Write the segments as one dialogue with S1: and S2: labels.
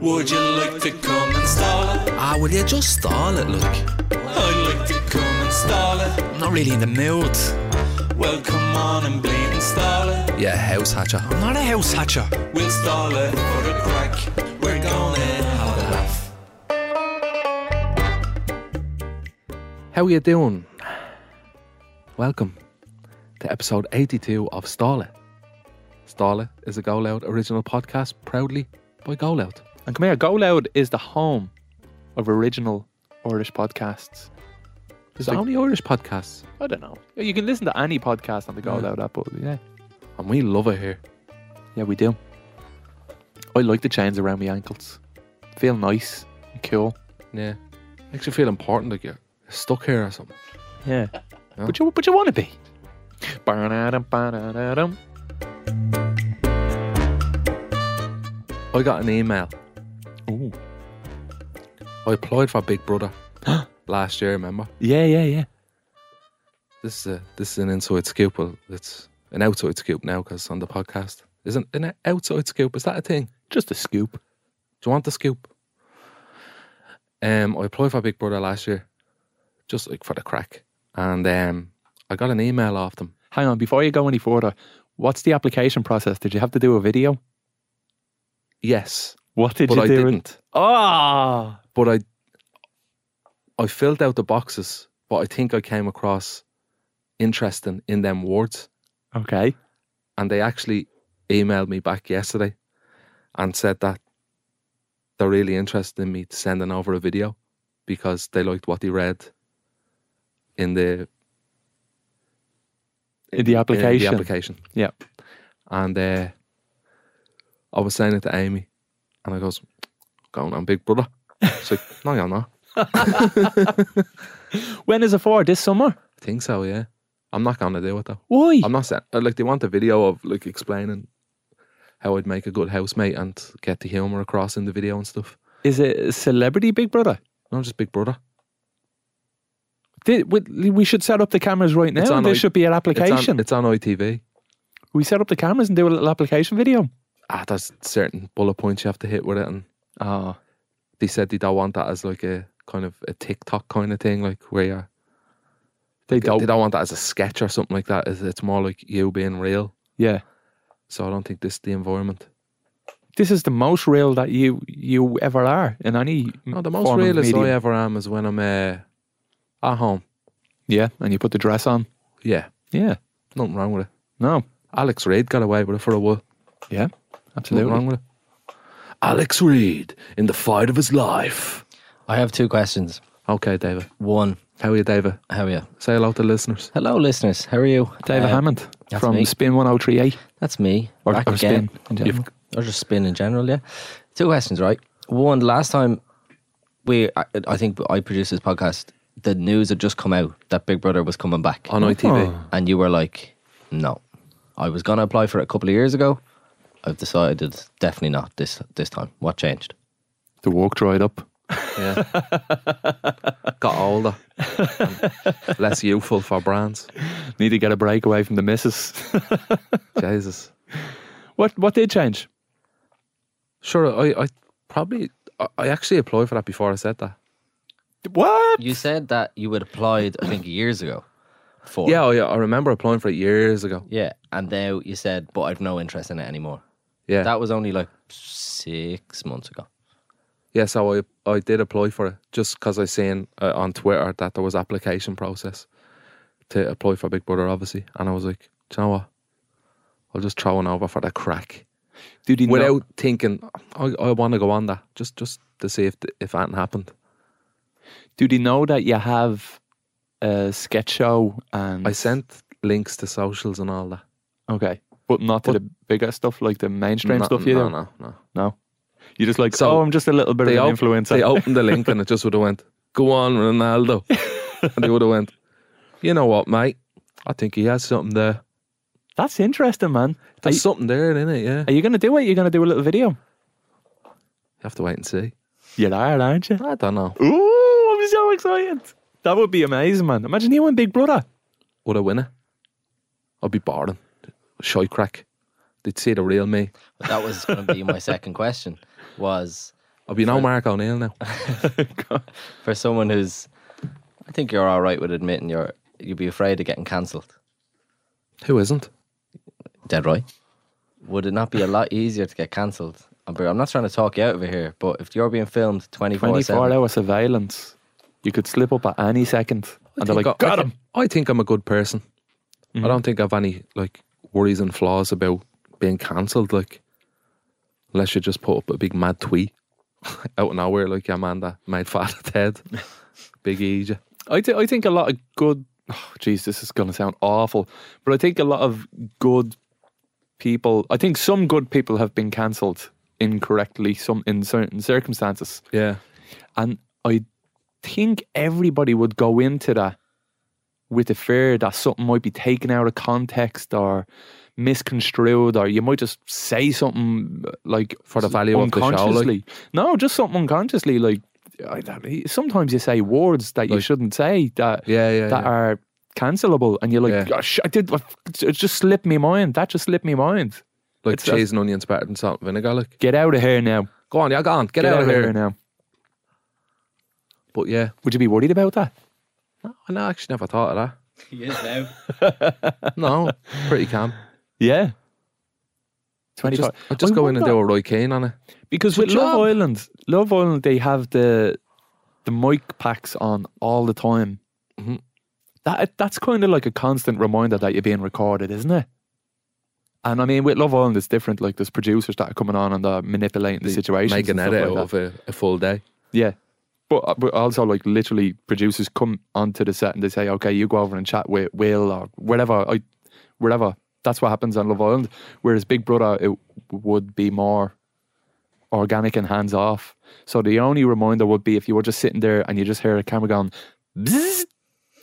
S1: Would you like to come and stall it?
S2: Ah, will you just stall it, look?
S1: I'd like to come and stall it.
S2: I'm not really in the mood.
S1: Well, come on and bleed and stall it.
S2: Yeah, house hatcher. I'm not a house hatcher.
S1: We'll stall it for the crack. We're gonna have a laugh.
S3: How you doing? Welcome to episode 82 of Stala. Stala is a Go Loud original podcast, proudly by Go Loud. And come here, Go Loud is the home of original Irish podcasts. There's
S2: like-
S3: only Irish podcasts,
S2: I don't know.
S3: you can listen to any podcast on the Go
S2: Yeah.
S3: Loud app, but yeah, and we love it here. Yeah, we do. I like the chains around my ankles; feel nice, and cool.
S2: Yeah. Makes you feel important, like you're stuck here or something.
S3: Yeah.
S2: Yeah.
S3: But you but you want to be. Ba-da-dum, ba-da-dum.
S2: I got an email. I applied for Big Brother last year, remember?
S3: Yeah, yeah, yeah.
S2: This is a, this is an inside scoop. Well, it's an outside scoop now because on the podcast. Isn't an outside scoop? Is that a thing?
S3: Just a scoop.
S2: Do you want the scoop? Um, I applied for Big Brother last year, just like for the crack, and um, I got an email off them.
S3: Hang on, before you go any further, what's the application process? Did you have to do a video?
S2: Yes,
S3: What did
S2: but
S3: you
S2: I
S3: do?
S2: didn't.
S3: Oh,
S2: But I, I filled out the boxes, but I think I came across interesting in them words,
S3: okay.
S2: and they actually emailed me back yesterday, and said that they're really interested in me sending over a video because they liked what they read in the
S3: In the
S2: in
S3: application.
S2: the application.
S3: Yeah.
S2: And uh, I was saying it to Amy, and I goes, "Going on, Big Brother." She's like, "No, you're not."
S3: When is it for? This summer?
S2: I think so. Yeah, I'm not going to do it though.
S3: Why?
S2: I'm not saying like they want a video of like explaining how I'd make a good housemate and get the humor across in the video and stuff.
S3: is it a Celebrity Big Brother?
S2: No, just Big Brother.
S3: Did, we, we should set up the cameras right now.
S2: It's on
S3: This
S2: I-
S3: should be an
S2: It's
S3: application.
S2: on, it's on ITV.
S3: we set up the cameras and do a little application video.
S2: Ah, there's certain bullet points you have to hit with it, and
S3: Oh,
S2: they said they don't want that as like a kind of a TikTok kind of thing, like where you're
S3: they
S2: They don't,
S3: don't.
S2: want that as a sketch or something like that. It's, it's more like you being real.
S3: Yeah.
S2: So I don't think this is the environment.
S3: This is the most real that you you ever are in any.
S2: No, Oh, the most
S3: form of
S2: realist I
S3: medium.
S2: ever am is when I'm uh, at home.
S3: Yeah, and you put the dress on.
S2: Yeah,
S3: Yeah.
S2: nothing wrong with it.
S3: No.
S2: Alex Reid got away with it for a while.
S3: Yeah.
S2: Nothing
S3: Absolutely.
S2: wrong with it. Alex Reid in the fight of his life.
S4: I have two questions.
S2: Okay, David.
S4: One,
S2: How are you, David?
S4: how are you?
S2: Say hello to the listeners.
S4: Hello, listeners. How are you?
S3: David
S4: Uh,
S3: Hammond
S4: that's
S3: from
S4: me.
S3: Spin 1038.
S4: That's me.
S3: Or-
S4: back
S3: or
S4: again.
S3: spin in general.
S4: You've- Or just spin in general, yeah. Two questions, right? One, last time we, I, I think I produced this podcast, the news had just come out that Big Brother was coming back. Oh.
S2: On ITV.
S4: and you were like, no, I was going to apply for it a couple of years ago. I've decided definitely not this this time. What changed?
S3: The walk dried up.
S2: Yeah. got older. and less youthful for brands.
S3: Need to get a break away from the missus.
S2: Jesus.
S3: what what did change?
S2: Sure, I, I probably, I, I actually applied for that before I said that.
S3: What?
S4: You said that you had applied, I think, years ago. For it.
S2: Yeah, I, I remember applying for it years ago.
S4: Yeah, and now you said, but I've no interest in it anymore.
S2: Yeah,
S4: That was only like six months ago.
S2: yeah. So I I did apply for it just because I seen uh, on Twitter that there was application process to apply for Big Brother, obviously, and I was like, Do you know what? I'll just throw one over for the crack
S3: Did he
S2: without
S3: know?
S2: thinking. I, I want to go on that just just to see if th- if anything happened.
S3: Do they know that you have a sketch show and
S2: I sent links to socials and all that.
S3: okay, but not to
S2: But-
S3: the bigger stuff like the mainstream
S2: No-
S3: stuff you
S2: no,
S3: do.
S2: no, no.
S3: No, you just like
S2: So,
S3: oh, I'm just a little bit of an
S2: op-
S3: influencer.
S2: they opened the link and it just would have went, go on, Ronaldo. and they would have went, you know what, mate? I think he has something there.
S3: That's interesting, man. Are
S2: There's
S3: you,
S2: something there, isn't it? Yeah.
S3: are you gonna do it? You're gonna do a little video.
S2: You have to wait and see.
S3: You are, aren't you?
S2: I don't know.
S3: Ooh, I'm so excited. That would be amazing, man. Imagine you and Big Brother.
S2: Would I win it? I'd be boring. Shy crack. They'd see the real me.
S4: But that was going to be my second question. Was
S2: I'll be no Mark O'Neill now.
S4: for someone who's, I think you're all right with admitting you're you'd be afraid of getting cancelled.
S2: Who isn't?
S4: Dead right. Would it not be a lot easier to get cancelled? I'm I'm not trying to talk you out over here, but if you're being filmed 24
S3: 24
S4: 7,
S3: hour surveillance. You could slip up at any second. And they're
S2: think
S3: like,
S2: I-
S3: got
S2: I,
S3: him. Mm-hmm.
S2: thi- I think I'm a good person. I don't think I've any like worries and flaws about being cancelled. Like, unless you just put up a big mad tweet out of nowhere, like your man that made fat of Ted, Big E. you-
S3: I, th- I think a lot of good. Oh, geez, this is going to sound awful, but I think a lot of good people. I think some good people have been cancelled incorrectly, some in certain circumstances,
S2: Yeah,
S3: and I think everybody would go into that with the fear that something might be taken out of context or misconstrued, or you might just say something uh, like
S2: For the value of the show, like-
S3: unconsciously. No, just something unconsciously. Like I don't- sometimes you say words that you
S2: Like-
S3: shouldn't say that
S2: yeah, yeah.
S3: that
S2: yeah.
S3: are cancelable, and you're like,
S2: Yeah.
S3: "Oh, sh- I did. It just slipped me mind. That just slipped me mind.
S2: like
S3: it's a-
S2: cheese and onion spattered and salt and vinegar. Like,
S3: Get out of here now.
S2: go on, yeah, go on, get, out, of here.
S3: now.
S2: But yeah,
S3: Would you be worried about that?
S2: no, I no, actually never thought of that. no, pretty calm.
S3: Yeah.
S2: I
S3: Twenty
S2: just,
S3: five.
S2: I just go in and do a Roy Keane on it.
S3: because with Love Island, Love Island, they have the the mic packs on all the time.
S2: Mhm.
S3: That that's kind of like a constant reminder that you're being recorded, isn't it? And I mean, with Love Island, it's different. Like there's producers that are coming on and they're manipulating the situation,
S2: Make an edit out of a, a full day.
S3: Yeah. But, uh, but also, like, literally, producers come onto the set and they say, okay, you go over and chat with Will or wherever. I, wherever. That's what happens on Love Island. Whereas Big Brother, it would be more organic and hands off. So the only reminder would be if you were just sitting there and you just hear a camera going, "Bzzz,"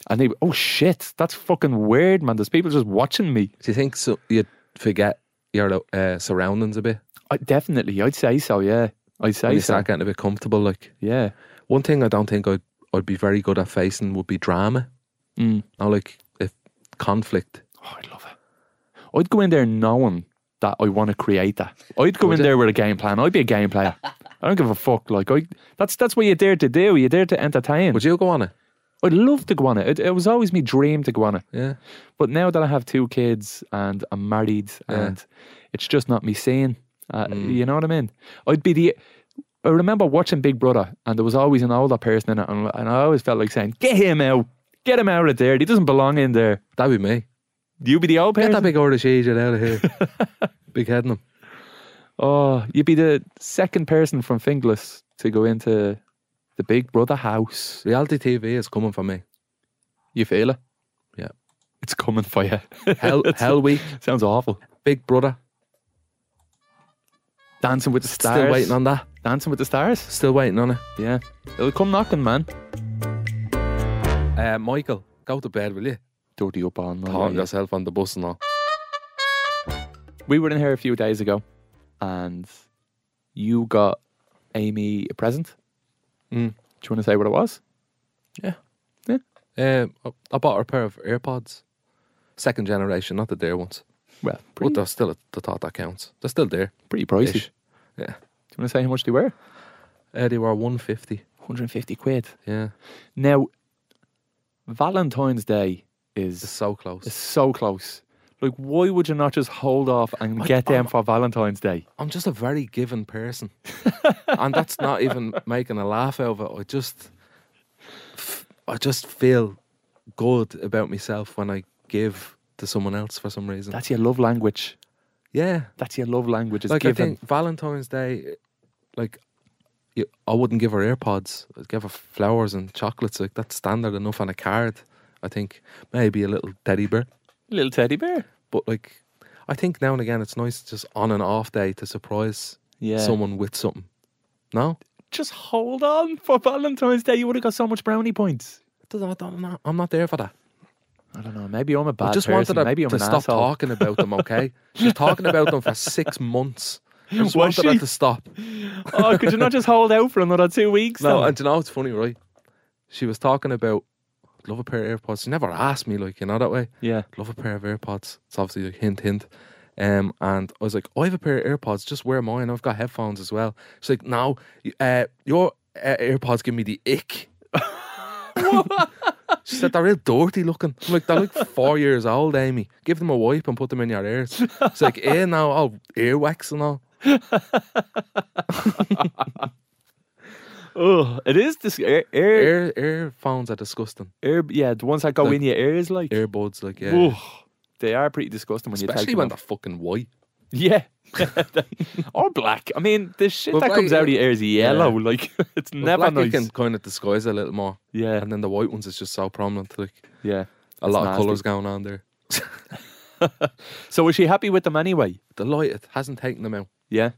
S3: and they, oh shit, that's fucking weird, man. There's people just watching me.
S2: Do you think so? You forget your uh, surroundings a bit.
S3: I, definitely, I'd say so, yeah. I'd
S2: When
S3: say
S2: you
S3: so.
S2: start getting a bit comfortable. Like
S3: Yeah.
S2: one thing I don't think I'd I'd be very good at facing would be drama.
S3: Mm.
S2: Now, like if conflict.
S3: Oh, I'd love it. I'd go in there knowing that I want to create that. I'd go in
S2: you?
S3: there with a game plan. I'd be a game player. I don't give a fuck. Like I, that's that's what you're there to do. You're there to entertain.
S2: Would you go on it?
S3: I'd love to go on it. it. It was always my dream to go on it.
S2: Yeah.
S3: But now that I have two kids and I'm married,
S2: Yeah. Mm.
S3: and it's just not me saying. Uh, You know what I mean? I'd be the. I remember watching Big Brother, and there was always an older person in it, and, and I always felt like saying, "Get him out, get him out of there. He doesn't belong in there."
S2: That'd be me.
S3: You be the old
S2: Get
S3: person.
S2: that big Irish agent out of here. big head in him.
S3: Oh, you'd be the second person from Finglas to go into the Big Brother house.
S2: Reality TV is coming for me.
S3: You feel it?
S2: Yeah.
S3: It's coming for you.
S2: Hell, Hell Week,
S3: Sounds awful.
S2: Big Brother.
S3: Dancing with the Stars.
S2: Still waiting on that.
S3: Dancing with the Stars.
S2: Still waiting on it.
S3: Yeah. It'll come knocking, man.
S2: Uh, Michael, go to bed, will you?
S3: Dirty up on man.
S2: Taunt yourself on the bus and all.
S3: We were in here a few days ago and you got Amy a present.
S2: Mm.
S3: Do you want to say what it was?
S2: Um, I- I bought her a pair of AirPods. Second generation, not the dear ones.
S3: Well, pretty,
S2: But they're still at the thought that counts. They're still there.
S3: pretty pricey.
S2: ish. Yeah.
S3: Do you want to say how much they were?
S2: Uh, they were 150.
S3: 150 quid.
S2: Yeah.
S3: Now, Valentine's Day is
S2: It's so close.
S3: It's so close. Like, why would you not just hold off and get them for Valentine's Day?
S2: I'm just a very given person. and that's not even making a laugh out of it. I just f- I just feel good about myself when I give to someone else for some reason.
S3: That's your love language.
S2: yeah.
S3: That's your love language. Is
S2: Like I
S3: giving.
S2: think Valentine's Day like you, I wouldn't give her AirPods. I'd give her flowers and chocolates. Like that's standard enough on a card. I think maybe a little teddy bear.
S3: Little teddy bear.
S2: But like, I think now and again it's nice just on an off day to surprise
S3: Yeah.
S2: someone with something. No,
S3: Just hold on for Valentine's Day. You would have got so much brownie points.
S2: It doesn't- I don't- I'm not, I'm not there for that.
S3: I don't know. Maybe I'm a bad
S2: I just
S3: person.
S2: wanted her
S3: Maybe I'm
S2: to
S3: an
S2: stop
S3: asshole.
S2: talking about them. Okay, she was talking about them for six months. I just
S3: Was
S2: wanted
S3: she?
S2: her to stop.
S3: oh, could you not just hold out for another two weeks?
S2: No,
S3: then?
S2: and do you know it's funny, right? She was talking about "I'd love a pair of AirPods. She never asked me, like you know that way.
S3: yeah.
S2: "I'd Love a pair of AirPods. It's obviously like hint, hint. Um, and I was like, I have a pair of AirPods, just wear mine. I've got headphones as well. She's like, no, y- uh, your uh, AirPods give me the ick. she said, they're real dirty looking. I'm like, they're like four years old, Amy. Give them a wipe and put them in your ears. It's like, eh, now, all earwax and all.
S3: Oh, it is this air, air,
S2: Ear, earphones are disgusting.
S3: air, yeah, the ones that go
S2: Like-
S3: in your ears, like,
S2: Earbuds, like, yeah.
S3: oh, they are pretty disgusting when
S2: Especially
S3: you take
S2: when
S3: them
S2: they're fucking white.
S3: off. Yeah. or black. I mean, the shit
S2: Well,
S3: that
S2: black-
S3: comes out of your ears is yellow. Like, it's
S2: uh, But
S3: never
S2: black you
S3: nice.
S2: can kind of disguise a little more.
S3: Yeah,
S2: And then the white ones is just so prominent. Like,
S3: yeah.
S2: a
S3: It's
S2: lot of
S3: nasty.
S2: colours going on there.
S3: So is she happy with them anyway?
S2: Delighted. Hasn't taken them out.
S3: Yeah.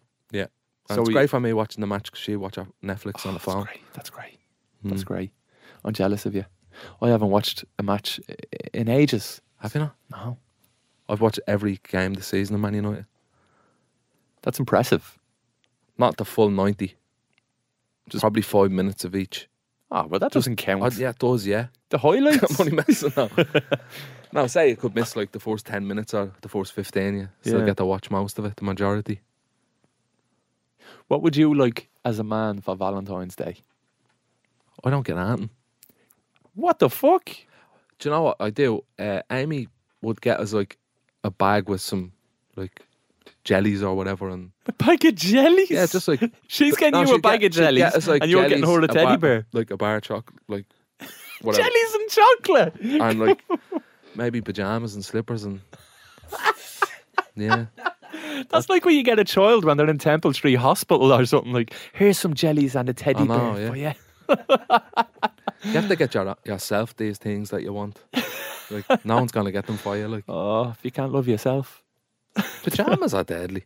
S2: And
S3: So
S2: it's
S3: we-
S2: great for me watching the match because she watch her Netflix on the Hmm. phone.
S3: That's great. That's great. That's great. I'm jealous of you. I haven't watched a match i- in ages.
S2: Have you not?
S3: No.
S2: I've watched every game this season of Man United.
S3: That's impressive.
S2: Not the full 90. Just probably five minutes of each.
S3: Ah, well, that doesn't count.
S2: Oh, yeah, it does, yeah.
S3: The highlights.
S2: I'm only messing up. no, say you could miss like the first 10 minutes or the first 15, yeah. Still
S3: Yeah.
S2: get to watch most of it, the majority.
S3: What would you like as a man for Valentine's Day?
S2: I don't get anything.
S3: What the fuck?
S2: do you know what I do? Uh, Amy would get us like a bag with some like jellies or whatever, and
S3: A bag of jellies.
S2: yeah, just like
S3: she's getting
S2: No,
S3: you a
S2: she'd
S3: bag
S2: get-
S3: of
S2: she'd get
S3: jellies,
S2: us, like,
S3: and you're getting
S2: jellies,
S3: her a teddy
S2: bar-
S3: bear.
S2: like a bar of chocolate, like whatever,
S3: Jellies and chocolate.
S2: and like maybe pajamas and slippers and yeah,
S3: That's like when you get a child when they're in Temple Street Hospital or something. Like, here's some jellies and a teddy
S2: I know,
S3: bear.
S2: yeah.
S3: for you."
S2: you have to get your, yourself these things that you want. Like no one's gonna get them for you. Like
S3: Oh, if you can't love yourself.
S2: pajamas are deadly.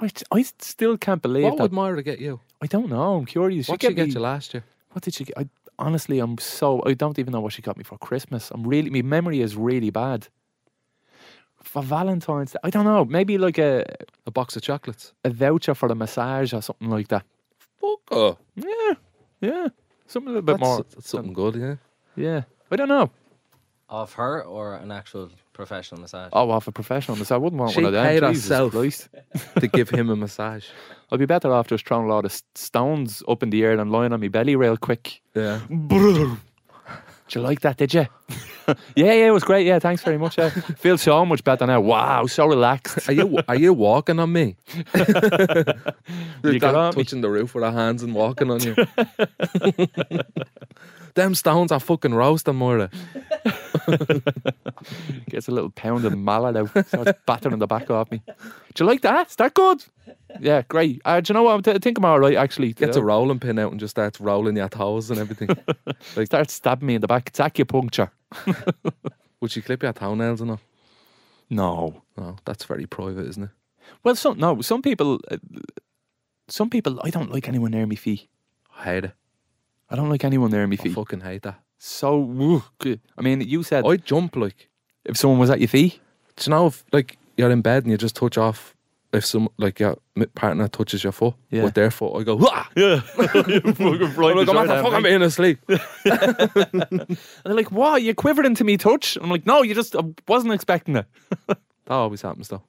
S3: I, I still can't believe
S2: What
S3: that.
S2: would Moira get you?
S3: I don't know. I'm curious.
S2: What
S3: she
S2: did
S3: get
S2: she get
S3: me-
S2: you last year?
S3: What did she get? I, honestly, I'm so. I don't even know what she got me for Christmas. I'm really. My memory is really bad. For Valentine's Day, I don't know. Maybe like a,
S2: A box of chocolates.
S3: a voucher for a massage or something like that.
S2: Fuck oh,
S3: Yeah. Yeah. Something a little bit
S2: that's,
S3: more.
S2: that's something good, yeah.
S3: Yeah. I don't know.
S4: Of her or an actual professional massage?
S3: Oh, well, for professional massage, I wouldn't want
S2: She
S3: one of them.
S2: paid
S3: Jesus
S2: herself.
S3: Christ.
S2: to give him a massage.
S3: I'd be better off just throwing a lot of s- stones up in the air and lying on my belly real quick.
S2: Yeah.
S3: Brrr. Did you like that? Did you? yeah, yeah, it was great. Yeah, thanks very much. Yeah. Feel so much better now. Wow, so relaxed.
S2: Are you are you walking on me?
S3: You
S2: Like
S3: got
S2: that,
S3: on me.
S2: touching the roof with our hands and walking on you. Them stones are fucking roasting, Moira.
S3: Gets a little pound of mallet out. Starts battering the back off me. Do you like that? Is that good? Yeah, great. Uh, do you know what? I'm t- I think I'm all right, actually.
S2: Gets a rolling pin out and just starts rolling your toes and everything.
S3: Starts stabbing me in the back. It's acupuncture.
S2: Would she clip your toenails and all?
S3: No.
S2: No, that's very private, isn't it?
S3: Well, some no. Some people, uh, some people, I don't like anyone near me feet.
S2: I hate it.
S3: I don't like anyone near me
S2: I
S3: feet.
S2: fucking hate that.
S3: So, woo, good. I mean, you said
S2: I jump like
S3: if someone was at your feet,
S2: do you know if like you're in bed and you just touch off if some like your m- partner touches your foot
S3: Yeah.
S2: with their foot, I go, Wah!
S3: yeah, fucking
S2: I'm like, I'm not the fuck I'm in asleep.
S3: And they're like, "Wow, you're quivering to me touch." I'm like, "No, you just I wasn't expecting it."
S2: That always happens though.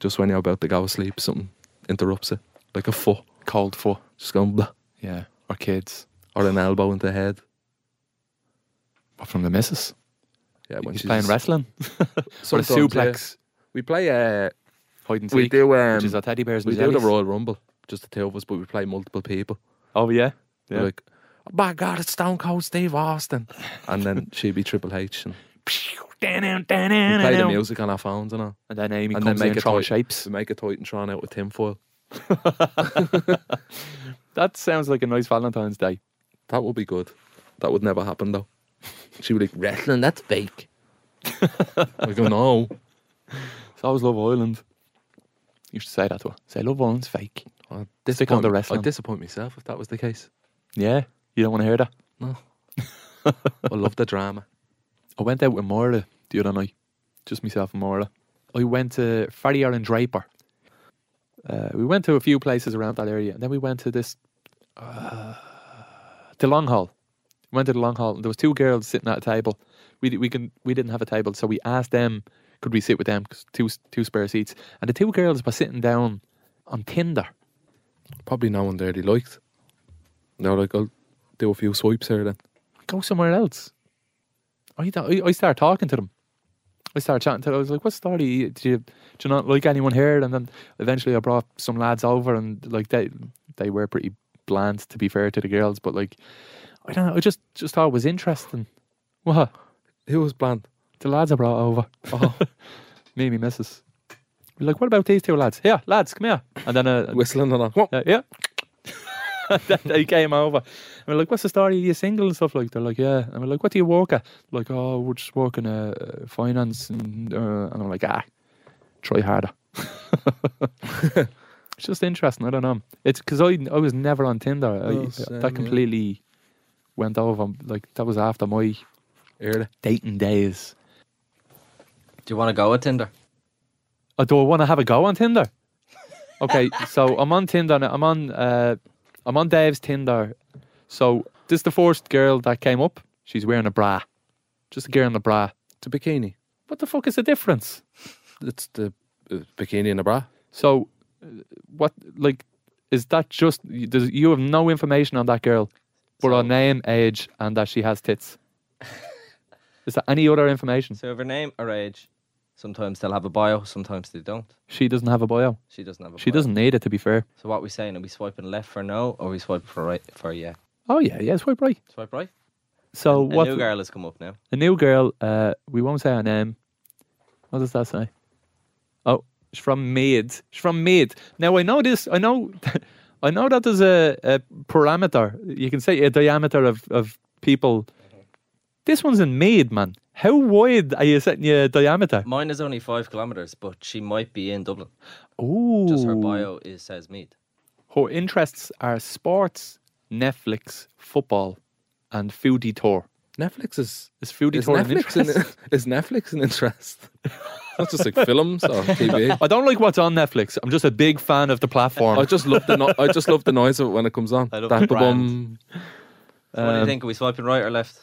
S2: Just when you're about to go to sleep, something interrupts it, like a foot,
S3: Cold foot.
S2: just going blah,
S3: Yeah, or kids,
S2: or an elbow into the head.
S3: or from the missus.
S2: Yeah, when
S3: He's
S2: she's
S3: playing
S2: just-
S3: wrestling or a
S2: sometimes, yeah.
S3: suplex.
S2: We play. Uh,
S3: Hide and seek.
S2: We do,
S3: which
S2: um,
S3: is our teddy bears. and
S2: we do the
S3: jellies.
S2: Royal Rumble, just the two of us, but we play multiple people.
S3: Oh yeah,
S2: We're
S3: Yeah.
S2: Like, oh my God, it's Stone Cold Steve Austin, and then she'd be Triple H, and we play the
S3: and
S2: music on our phones and all.
S3: then Amy
S2: And
S3: comes
S2: then
S3: in
S2: make a
S3: throwing
S2: toy-
S3: shapes.
S2: We make a Titantron out with tinfoil.
S3: That sounds like a nice Valentine's Day.
S2: That would be good. That would never happen though. She would like wrestling. That's fake. I go no.
S3: It's always Love Island. You should say that to her. Say Love Island's fake.
S2: I'd
S3: Stick on the
S2: disappoint-
S3: wrestling.
S2: I'd disappoint myself if that was the case.
S3: Yeah, you don't want to hear that.
S2: I love the drama.
S3: I went out with Moira the other night, just myself and Moira. I went to Farrier and Draper. Uh, we went to a few places around that area, and then we went to this, uh, the long hall. Went to the long hall, and there was two girls sitting at a table. We di- we can we didn't have a table, so we asked them could we sit with them? 'Cause two two spare seats, and the two girls were sitting down on Tinder.
S2: Probably no one there they liked. They were like, I'll do a few swipes here then.
S3: Go somewhere else. I don't- I, I started talking to them. I started chatting to them. I was like, "What story? Do you do you not like anyone here?" And then eventually, I brought some lads over, and like they they were pretty bland to be fair to the girls, but like I don't know. I just just thought it was interesting. What?
S2: Who was bland?
S3: The lads I brought over. me and my missus. We're like, what about these two lads? Here, lads, come here. And then, uh,
S2: Whistling and all.
S3: uh, yeah. And then they came over. And we're like, what's the story? Are you single and stuff like They're like, yeah. And we're like, what do you work at? Like, oh, we're just working uh, uh, finance. And, uh, and I'm like, ah, try harder. it's just interesting. I don't know. It's because I, I was never on Tinder. I-
S2: Oh, same, yeah.
S3: that completely went over. Like, that was after my
S2: Early.
S3: dating days.
S4: Do you want to go with Tinder?
S3: Oh, do I want to have a go on Tinder? Okay, so I'm on Tinder. Now. I'm on. Uh, I'm on Dave's Tinder. So this is the first girl that came up. She's wearing a bra, just a girl in a bra.
S2: It's a bikini.
S3: What the fuck is the difference?
S2: It's the uh, bikini and a bra.
S3: So, uh, what like is that? Just y- does you have no information on that girl, but her name, age, and that she has tits. is there any other information?
S4: So if her name or age, sometimes they'll have a bio, sometimes they don't.
S3: She doesn't have a bio.
S4: She doesn't have a
S3: She
S4: bio.
S3: doesn't need it to be fair.
S4: So what we saying? Are we swiping left for no, or are we swiping for right for yeah?
S3: Oh yeah, yeah, swipe right.
S4: Swipe right.
S3: So
S4: a
S3: what?
S4: new girl has come up now.
S3: a new girl. Uh, we won't say her name. What does that say? Oh, she's from Mead. She's from Mead. Now I know this. I know. I know that there's a, a parameter. You can say a diameter of of people. This one's in Mead, man. How wide are you setting your diameter?
S4: Mine is only five kilometers, but she might be in Dublin.
S2: Mm.
S3: Ooh.
S4: Just her bio is says mead.
S3: Her interests are sports, Netflix, football, and foodie tour.
S2: Netflix is.
S3: Is foodie
S2: Is
S3: tour an
S2: Netflix,
S3: interest?
S2: an, is Netflix an interest? Not just like films or TV.
S3: I don't like what's on Netflix. I'm just a big fan of the platform.
S2: I just love the no- I just love the noise of it when it comes on.
S4: I love
S2: That
S4: the
S2: ba-bum.
S4: brand. So what do
S3: Um,
S4: you think? Are we swiping right or left?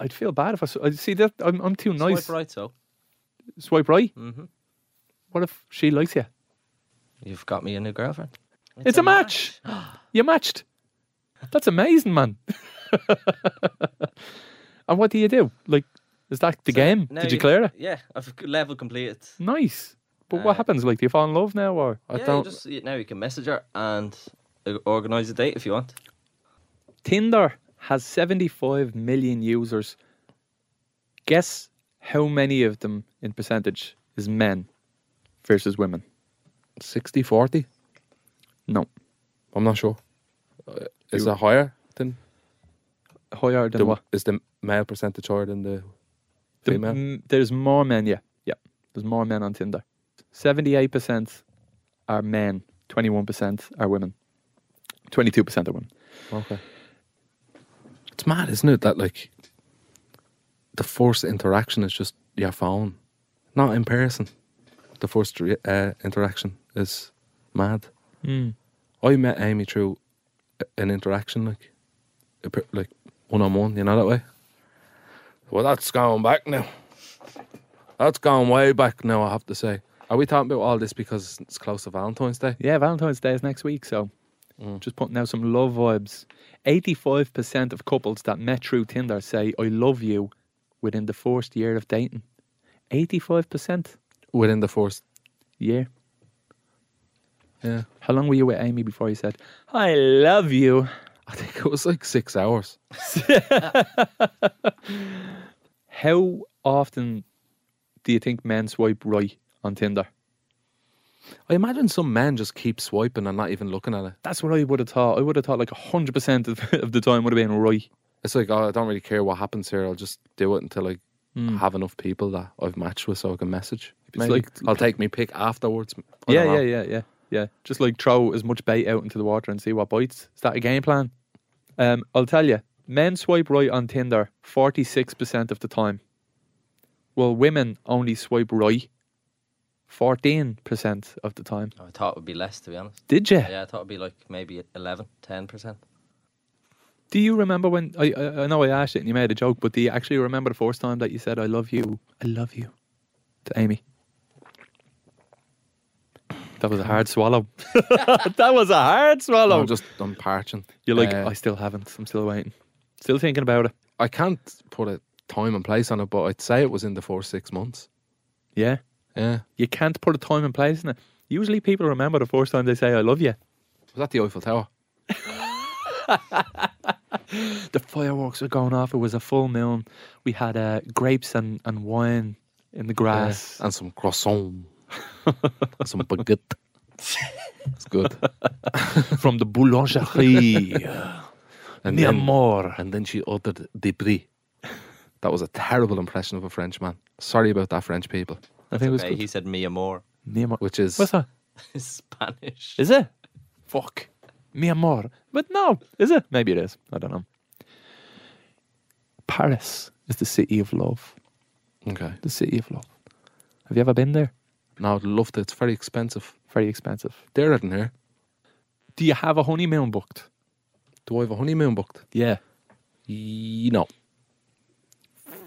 S3: I'd feel bad if I s- I see that. I'm, I'm too nice.
S4: Swipe right. So
S3: Swipe right?
S4: Mhm.
S3: What if she likes you?
S4: you've got me a new girlfriend.
S3: It's, a match. you matched. That's amazing, man. and what do you do? Like, is that the game?
S4: Now
S3: Did you
S4: you've-
S3: clear it?
S4: Yeah, I've c- level completed.
S3: Nice. But what
S4: Uh,
S3: happens? Like, do you fall in love now, or
S2: I
S4: yeah,
S2: don't.
S4: You just, you- now you can message her and uh, organize a date if you want.
S3: Tinder has 75 million users. Guess how many of them in percentage is men versus women?
S2: 60 40
S3: No,
S2: i'm not sure Uh, is it higher than
S3: higher than
S2: the,
S3: what?
S2: is the male percentage higher than the
S3: The-
S2: female
S3: m- there's more men, yeah. Yeah. There's more men on Tinder. 78% are men, 21% are women. 22% are women.
S2: okay it's mad isn't it that like the first interaction is just your phone not in person the first re- uh, interaction is mad Hmm. i met amy through a- an interaction like a per- like one-on-one you know that way well that's going back now that's gone way back now i have to say are we talking about all this because it's close to valentine's day
S3: Yeah, Valentine's Day is next week, so just putting out some love vibes. 85% of couples that met through Tinder say, I love you within the first year of dating. 85%
S2: within the first
S3: year.
S2: yeah
S3: How long were you with Amy before you said, I love you?
S2: I think it was like six hours.
S3: How often do you think men swipe right on Tinder?
S2: I imagine some men just keep swiping and not even looking at it.
S3: That's what I would have thought. I would have thought like 100% of, of the time would have been right.
S2: It's like, oh, I don't really care what happens here. I'll just do it until I
S3: Hmm.
S2: have enough people that I've matched with so I can message. Maybe.
S3: like-
S2: I'll take me pick afterwards. I
S3: Yeah,
S2: don't
S3: yeah,
S2: know.
S3: yeah, yeah, yeah. Just like throw as much bait out into the water and see what bites. Is that a game plan? Um, I'll tell you, men swipe right on Tinder 46% of the time. Well, women only swipe right 14% of the time.
S4: I thought it would be less, to be honest.
S3: Did you?
S4: Yeah, I thought it'd be like maybe 11, 10 percent.
S3: Do you remember when I, I I know I asked it and you made a joke, but do you actually remember the first time that you said I love you? I love you. to Amy. That was a hard swallow. that was a hard swallow.
S2: I'm just I'm parching.
S3: You're like,
S2: Uh,
S3: I still haven't. I'm still waiting. Still thinking about it.
S2: I can't put a time and place on it, but I'd say it was in the four six months.
S3: Yeah.
S2: Yeah,
S3: You can't put a time and place in it. Usually people remember the first time they say, I love you.
S2: was that the Eiffel Tower?
S3: The fireworks were going off. It was a full moon. We had uh, grapes and, and wine in the grass.
S2: Yeah. and some croissant, and some baguette. It's good.
S3: From the boulangerie.
S2: And
S3: Mi
S2: then,
S3: amor.
S2: and then she ordered debris. That was a terrible impression of a French man. Sorry about that, French people.
S3: I think it was
S4: Okay,
S3: good.
S4: he said mi amor.
S3: Mi amor.
S2: Which is
S3: What's that?
S4: Spanish.
S3: Is it? Fuck. Mi amor. But no, is it? Maybe it is. I don't know. Paris is the city of love.
S2: okay.
S3: The city of love. Have you ever been there?
S2: No, I'd love to. It's very expensive.
S3: Very expensive.
S2: There and here.
S3: Do you have a honeymoon booked?
S2: Do I have a honeymoon booked?
S3: Yeah.
S2: You know.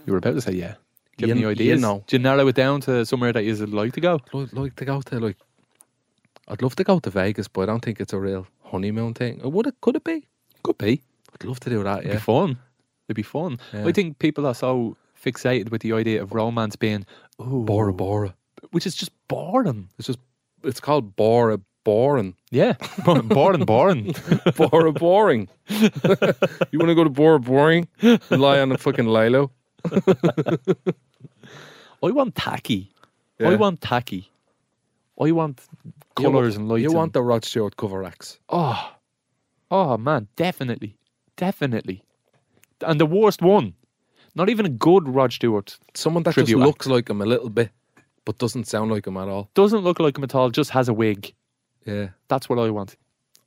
S3: You were about to say yeah. Give
S2: You-
S3: me
S2: you
S3: ideas.
S2: know.
S3: Do you narrow it down to somewhere that you'd like to go?
S2: I'd like to go to like. I'd love to go to Vegas, but I don't think it's a real honeymoon thing. Or Would it? Could it be?
S3: Could be.
S2: I'd love to do that.
S3: It'd
S2: Yeah.
S3: be fun. It'd be fun.
S2: Yeah.
S3: I think people are so fixated with the idea of romance being, ooh,
S2: Bora Bora.
S3: which is just boring.
S2: It's just. It's called Bora Boring.
S3: Yeah. boring, boring.
S2: Bora Boring. you want to go to Bora Boring and lie on the fucking Lilo?
S3: I want tacky. I
S2: Yeah.
S3: want tacky. I want
S2: You want-
S3: colours and lights.
S2: You want
S3: and-
S2: the Rod Stewart cover racks?
S3: oh, oh man, definitely, definitely, and the worst one. Not even a good Rod Stewart.
S2: Someone that
S3: Tribute
S2: just
S3: act.
S2: looks like him a little bit, but doesn't sound like him at all.
S3: Doesn't look like him at all. Just has a wig.
S2: Yeah.
S3: That's what I want.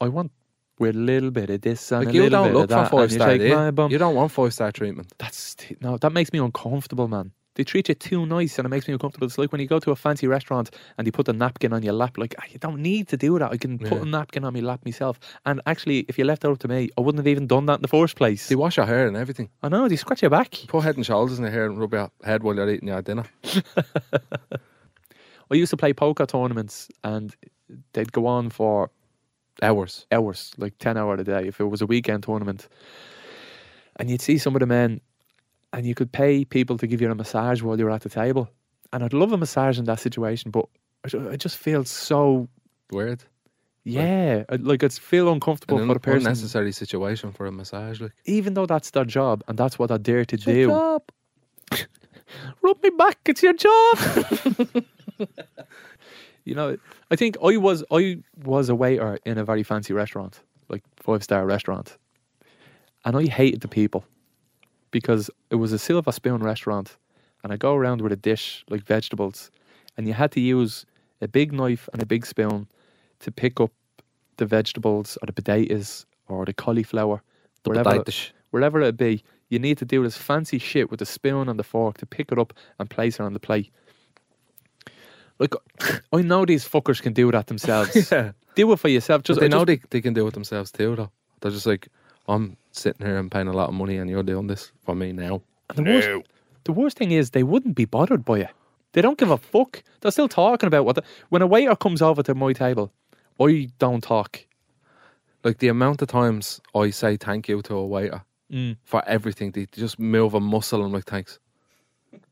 S3: I want with a little bit of this and
S2: Like
S3: a
S2: you
S3: little
S2: don't
S3: bit
S2: look
S3: of that.
S2: for five
S3: and you
S2: star.
S3: shake
S2: do
S3: my
S2: You?
S3: bum.
S2: you don't want five star treatment.
S3: That's t- no, that makes me uncomfortable, man. They treat you too nice, and it makes me uncomfortable. It's like when you go to a fancy restaurant and they put the napkin on your lap. Like "Ah, you don't need to do that. I can put
S2: Yeah.
S3: a napkin on my lap myself. And actually, if you left it up to me, I wouldn't have even done that in the first place.
S2: They wash your hair and everything.
S3: I know they scratch your back.
S2: Put head and shoulders in your hair and rub your head while you're eating your dinner.
S3: I used to play poker tournaments, and they'd go on for
S2: Hours.
S3: hours, like 10 hour a day, if it was a weekend tournament. And you'd see some of the men, and you could pay people to give you a massage while you were at the table. And I'd love a massage in that situation, but I ju- I just feel so,
S2: Weird.
S3: yeah, I- like it's feel uncomfortable
S2: an
S3: for the
S2: un-
S3: person,
S2: unnecessary situation for a massage. Like
S3: even though that's their job and that's what they're there to do. Rub me back, it's your job. you know, I think I was I was a waiter in a very fancy restaurant, like five star restaurant, and I hated the people because it was a silver spoon restaurant, and I go around with a dish like vegetables, and you had to use a big knife and a big spoon to pick up the vegetables or the potatoes or the cauliflower, wherever
S2: potatoes.
S3: wherever it be. You need to do this fancy shit with the spoon and the fork to pick it up and place it on the plate. Like, I know these fuckers can do that themselves.
S2: Yeah.
S3: Do it for yourself.
S2: But
S3: Just
S2: they
S3: I
S2: know
S3: just-
S2: they, they can do it themselves too, though. They're just like, I'm sitting here and paying a lot of money, and you're doing this for me now.
S3: and the, worst, the worst thing is they wouldn't be bothered by it. They don't give a fuck. They're still talking about what. The, when a waiter comes over to my table, I don't talk.
S2: Like the amount of times I say thank you to a waiter
S3: Mm.
S2: for everything, they just move a muscle and I'm like, thanks.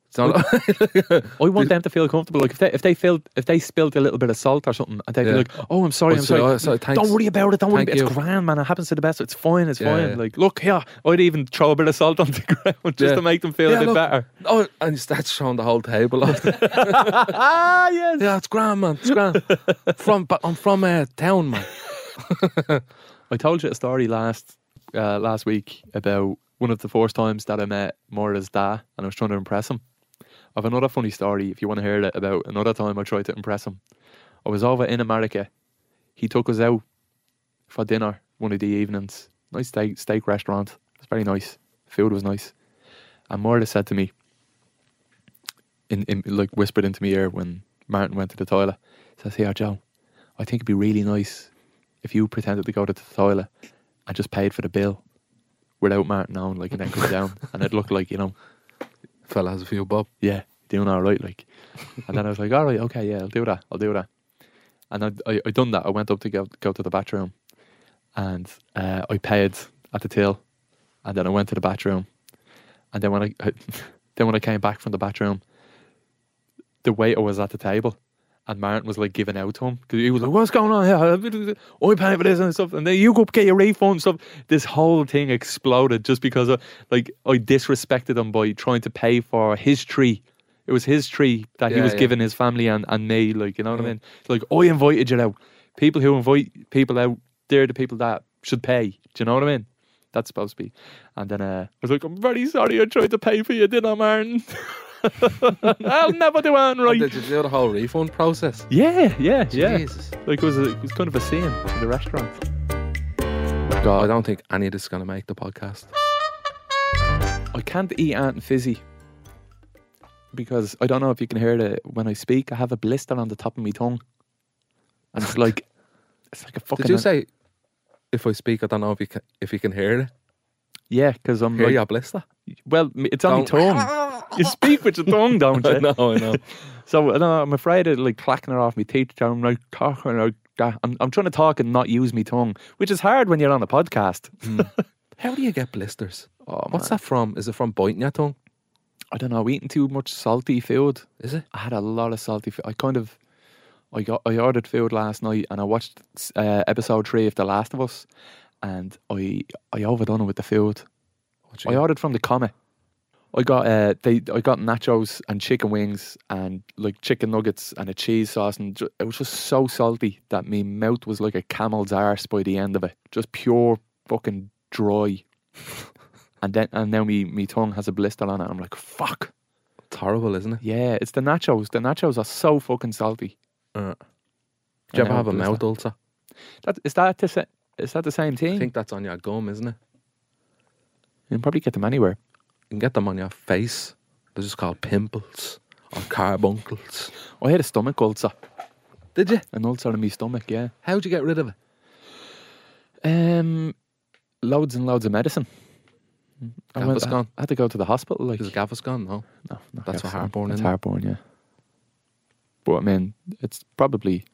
S2: It's not like,
S3: I want them to feel comfortable. Like if they if they feel if they spilled a little bit of salt or something, and they'd
S2: Yeah.
S3: be like, "Oh, I'm sorry,
S2: Oh,
S3: I'm
S2: so-
S3: sorry.
S2: oh, sorry, thanks.
S3: Don't worry about it. Don't worry.
S2: Thank
S3: About it. It's
S2: you."
S3: grand, man. It happens to the best. It's fine. It's
S2: Yeah,
S3: fine.
S2: yeah.
S3: Like, look here. I'd even throw a bit of salt on the ground just
S2: Yeah.
S3: to make them feel
S2: Yeah,
S3: a bit
S2: look.
S3: better.
S2: oh, and that's showing the whole table off.
S3: Ah, yes.
S2: yeah, it's grand, man. It's grand. From, but I'm from a town, man.
S3: I told you a story last uh, last week about one of the first times that I met Maura's dad, and I was trying to impress him. I've another funny story if you want to hear it about another time I tried to impress him. I was over in America. He took us out for dinner one of the evenings. Nice steak steak restaurant. It was very nice. Food was nice. And Maura said to me, in, in like whispered into my ear when Martin went to the toilet, says, "Here, Joe, I think it'd be really nice if you pretended to go to the toilet and just paid for the bill without Martin knowing, like, and then come down and it looked like, you know,
S2: Fella has a few bob.
S3: yeah, doing all right, like. And then I was like, all right, okay, yeah, I'll do that, I'll do that. And I, I, I done that. I went up to go, go to the bathroom, and uh, I paid at the till, and then I went to the bathroom, and then when I, I then when I came back from the bathroom, the waiter was at the table. And Martin was like giving out to him because he was like, "What's going on here? I paying for this and stuff." And then you go get your refund and stuff. This whole thing exploded just because of like I disrespected him by trying to pay for his tree. It was his tree that he
S2: Yeah,
S3: was
S2: yeah.
S3: giving his family and, and me. Like you know what I mean? It's like I invited you out. People who invite people out, they're the people that should pay. Do you know what I mean? That's supposed to be. And then uh, I was like, "I'm very sorry. I tried to pay for you, didn't I, Martin? I'll never do it right."
S2: Did Oh, you do the whole refund process?
S3: Yeah, yeah, yeah.
S2: Jesus.
S3: Like it was, a, it was kind of a scene in the restaurant.
S2: God, I don't think any of this is going to make the podcast.
S3: I can't eat Aunt Fizzy because I don't know if you can hear it uh, when I speak. I have a blister on the top of my tongue, and it's like it's like a fucking.
S2: Did you say, if I speak, I don't know if you can, if you can hear it?
S3: Yeah, because I'm
S2: Hear
S3: like,
S2: your blister?
S3: well, m- it's on my
S2: Don't-
S3: tongue. you speak with your tongue, don't you?
S2: I know.
S3: So I know, I'm afraid of like clacking it off my teeth. I'm like talking like that. I'm, I'm trying to talk and not use my tongue, which is hard when you're on a podcast.
S2: How do you get blisters?
S3: Oh,
S2: Hmm. What's that from? Is it from biting your tongue?
S3: I don't know, eating too much salty food.
S2: Is it?
S3: I had a lot of salty food. I kind of, I got, I ordered food last night and I watched uh, episode three of The Last of Us, and I, I overdone it with the food.
S2: What
S3: I
S2: you-
S3: ordered from the comet. I got uh, they, I got nachos and chicken wings and like chicken nuggets and a cheese sauce and ju- it was just so salty that my mouth was like a camel's arse by the end of it, just pure fucking dry. and then and now me me tongue has a blister on it. I'm like fuck.
S2: It's horrible, isn't it?
S3: Yeah, it's the nachos. The nachos are so fucking salty.
S2: Uh,
S3: I
S2: Do you ever
S3: know,
S2: have a
S3: but it's
S2: mouth ulcer?
S3: That, is that the sa- is that the same
S2: I
S3: thing?
S2: think that's on your gum, isn't it?
S3: you can probably get them anywhere.
S2: You can get them on your face. They're just called pimples or carbuncles.
S3: I had a stomach ulcer,
S2: Did you?
S3: an ulcer in my stomach. Yeah.
S2: How'd you get rid of it?
S3: Um, loads and loads of medicine. I, went, I
S2: Gaviscon.
S3: had to go to the hospital. Like
S2: Is it Gaviscon? No.
S3: no, not
S2: That's what
S3: Gaviscon.
S2: heartburn,
S3: That's
S2: isn't it?
S3: heartburn, yeah. But I mean, it's probably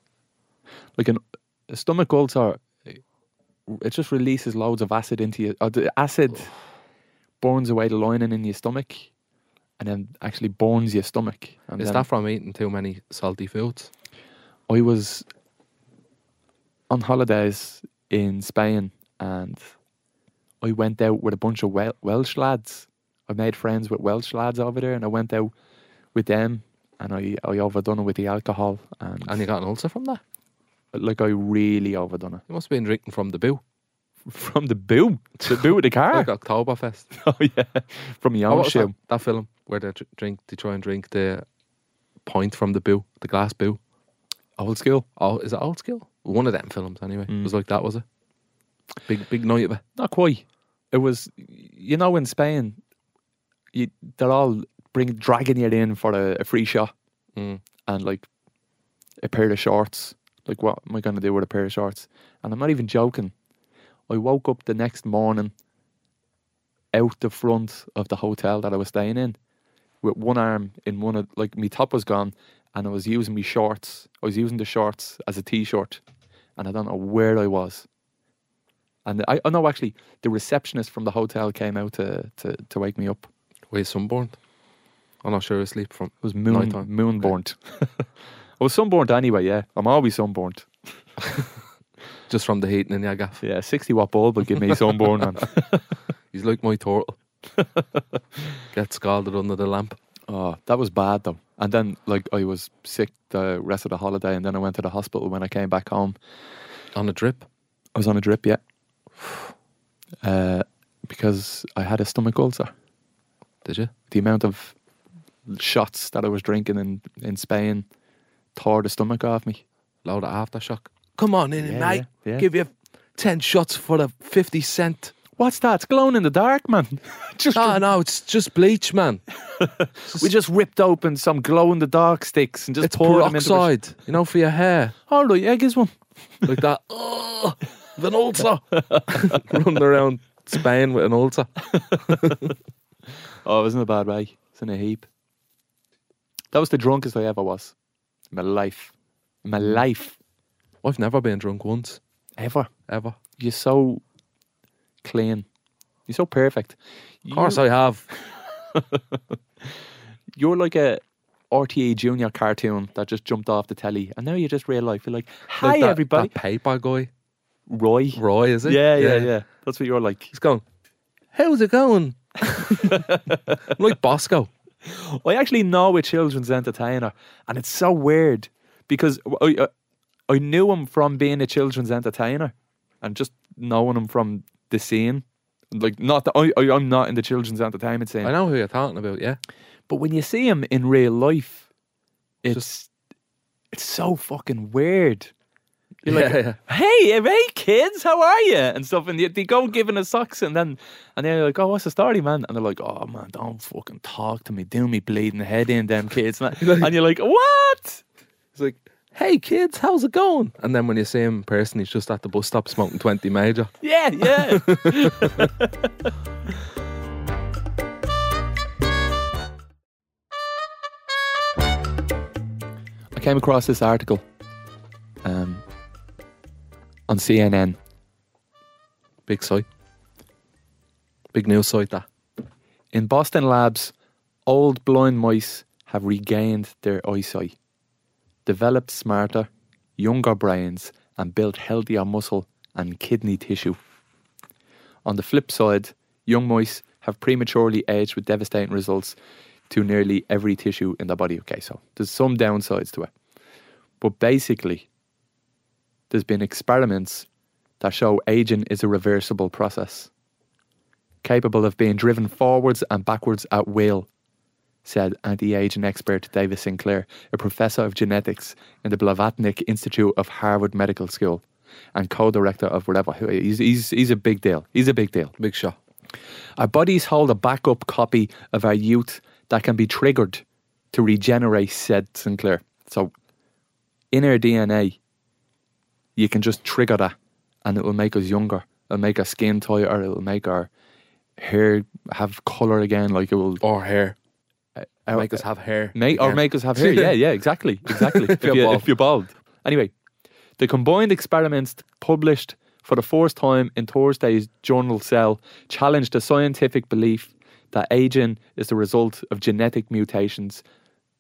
S3: like an a stomach ulcer. It just releases loads of acid into you. Or the acid burns away the lining in your stomach, and then actually burns your stomach. And
S2: Is
S3: then
S2: that from eating too many salty foods?
S3: I was on holidays in Spain and I went out with a bunch of Wel- Welsh lads. I made friends with Welsh lads over there and I went out with them and I, I overdone it with the alcohol and,
S2: And you got an ulcer from that?
S3: like I really overdone it.
S2: You must have been drinking from the boo.
S3: From the boot, the boot of the car.
S2: Like Oktoberfest.
S3: oh yeah, from your
S2: Oh,
S3: own
S2: what was that,
S3: shoe.
S2: that film where they dr- drink, they try and drink the point from the boo, the glass boo.
S3: Old school.
S2: Oh, is it old school? One of them films, anyway. It was like that, was it? Big, big night of it.
S3: Not quite. It was, you know, in Spain, you, they're all bring dragging you in for a, a free shot
S2: Mm.
S3: and like a pair of shorts. Like, what am I going to do with a pair of shorts? And I'm not even joking. I woke up the next morning out the front of the hotel that I was staying in with one arm in one of, like, my top was gone and I was using my shorts. I was using the shorts as a t shirt and I don't know where I was. And I, oh no, actually, the receptionist from the hotel came out to, to, to wake me up.
S2: Were you sunburned? I'm not sure asleep from.
S3: It was moon,
S2: Nighttime.
S3: moonburnt. I was sunburnt anyway, yeah. I'm always sunburnt.
S2: Just from the heating in your gaff.
S3: Yeah, 60 watt bulb will give me sunburn. on.
S2: He's like my turtle. Get scalded under the lamp.
S3: Oh, that was bad though. And then, like, I was sick the rest of the holiday, and then I went to the hospital when I came back home.
S2: On a drip.
S3: I was on a drip, yeah. Uh, because I had a stomach ulcer.
S2: Did you?
S3: The amount of shots that I was drinking in, in Spain tore the stomach off me.
S2: Load of aftershock. Come on in,
S3: Yeah,
S2: mate.
S3: yeah, yeah.
S2: Give you 10 shots for a 50 cent.
S3: What's that? It's glowing in the dark, man. just
S2: Oh, no, it's just bleach, man.
S3: We just ripped open some glow in the dark sticks and just
S2: it's
S3: poured them into. the-
S2: peroxide, you know, for your hair.
S3: All right, yeah, gives one.
S2: Like that. oh, with an ulcer. Running around Spain with an ulcer.
S3: Oh, it wasn't a bad way. It's in a heap. That was the drunkest I ever was. In my life. In my life.
S2: I've never been drunk once
S3: Ever.
S2: ever.
S3: You're so clean. You're so perfect.
S2: Of course, I have.
S3: You're like a RTA Junior cartoon that just jumped off the telly, and now you're just real life. You're like, hi
S2: Like that-
S3: everybody,
S2: That paper guy,
S3: Roy.
S2: Roy, is it?
S3: Yeah, yeah, yeah, That's what you're like.
S2: He's going. How's it going? I'm like Bosco.
S3: I actually know a children's entertainer, and it's so weird because I, I, I knew him from being a children's entertainer, and just knowing him from the scene. Like, not that I, I, I'm not in the children's entertainment scene,
S2: I know who you're talking about. Yeah,
S3: but when you see him in real life, it's
S2: Just-
S3: it's so fucking weird. You're like,
S2: yeah, yeah.
S3: hey, hey, kids, how are you? And stuff. And they- they go giving us socks, and then and they're like, oh, what's the story, man? And they're like, oh, man, don't fucking talk to me. Do me bleeding head in, them kids. man." and you're like, what?
S2: He's like, "Hey kids, how's it going?" And then when you see him in person, he's just at the bus stop smoking twenty major.
S3: Yeah, yeah. I came across this article um, on CNN.
S2: Big site, big news site. That
S3: In Boston labs, old blind mice have regained their eyesight, developed smarter, younger brains, and built healthier muscle and kidney tissue. On the flip side, young mice have prematurely aged with devastating results to nearly every tissue in their body. Okay, so there's some downsides to it. But basically, there's been experiments that show aging is a reversible process capable of being driven forwards and backwards at will, said anti aging expert David Sinclair, a professor of genetics in the Blavatnik Institute of Harvard Medical School and co director of whatever. He's, he's, he's a big deal. He's a big deal.
S2: big shot.
S3: Our bodies hold a backup copy of our youth that can be triggered to regenerate, said Sinclair. So, in our DNA, you can just trigger that and it will make us younger. It'll make our skin tighter. It'll make our hair have colour again. Like it will
S2: Or hair. Make us have hair.
S3: Make, or
S2: again.
S3: make us have hair. Yeah, yeah, exactly. Exactly. if,
S2: you're
S3: you,
S2: bald.
S3: if you're bald. Anyway, the combined experiments published for the first time in Thursday's journal Cell challenged the scientific belief that aging is the result of genetic mutations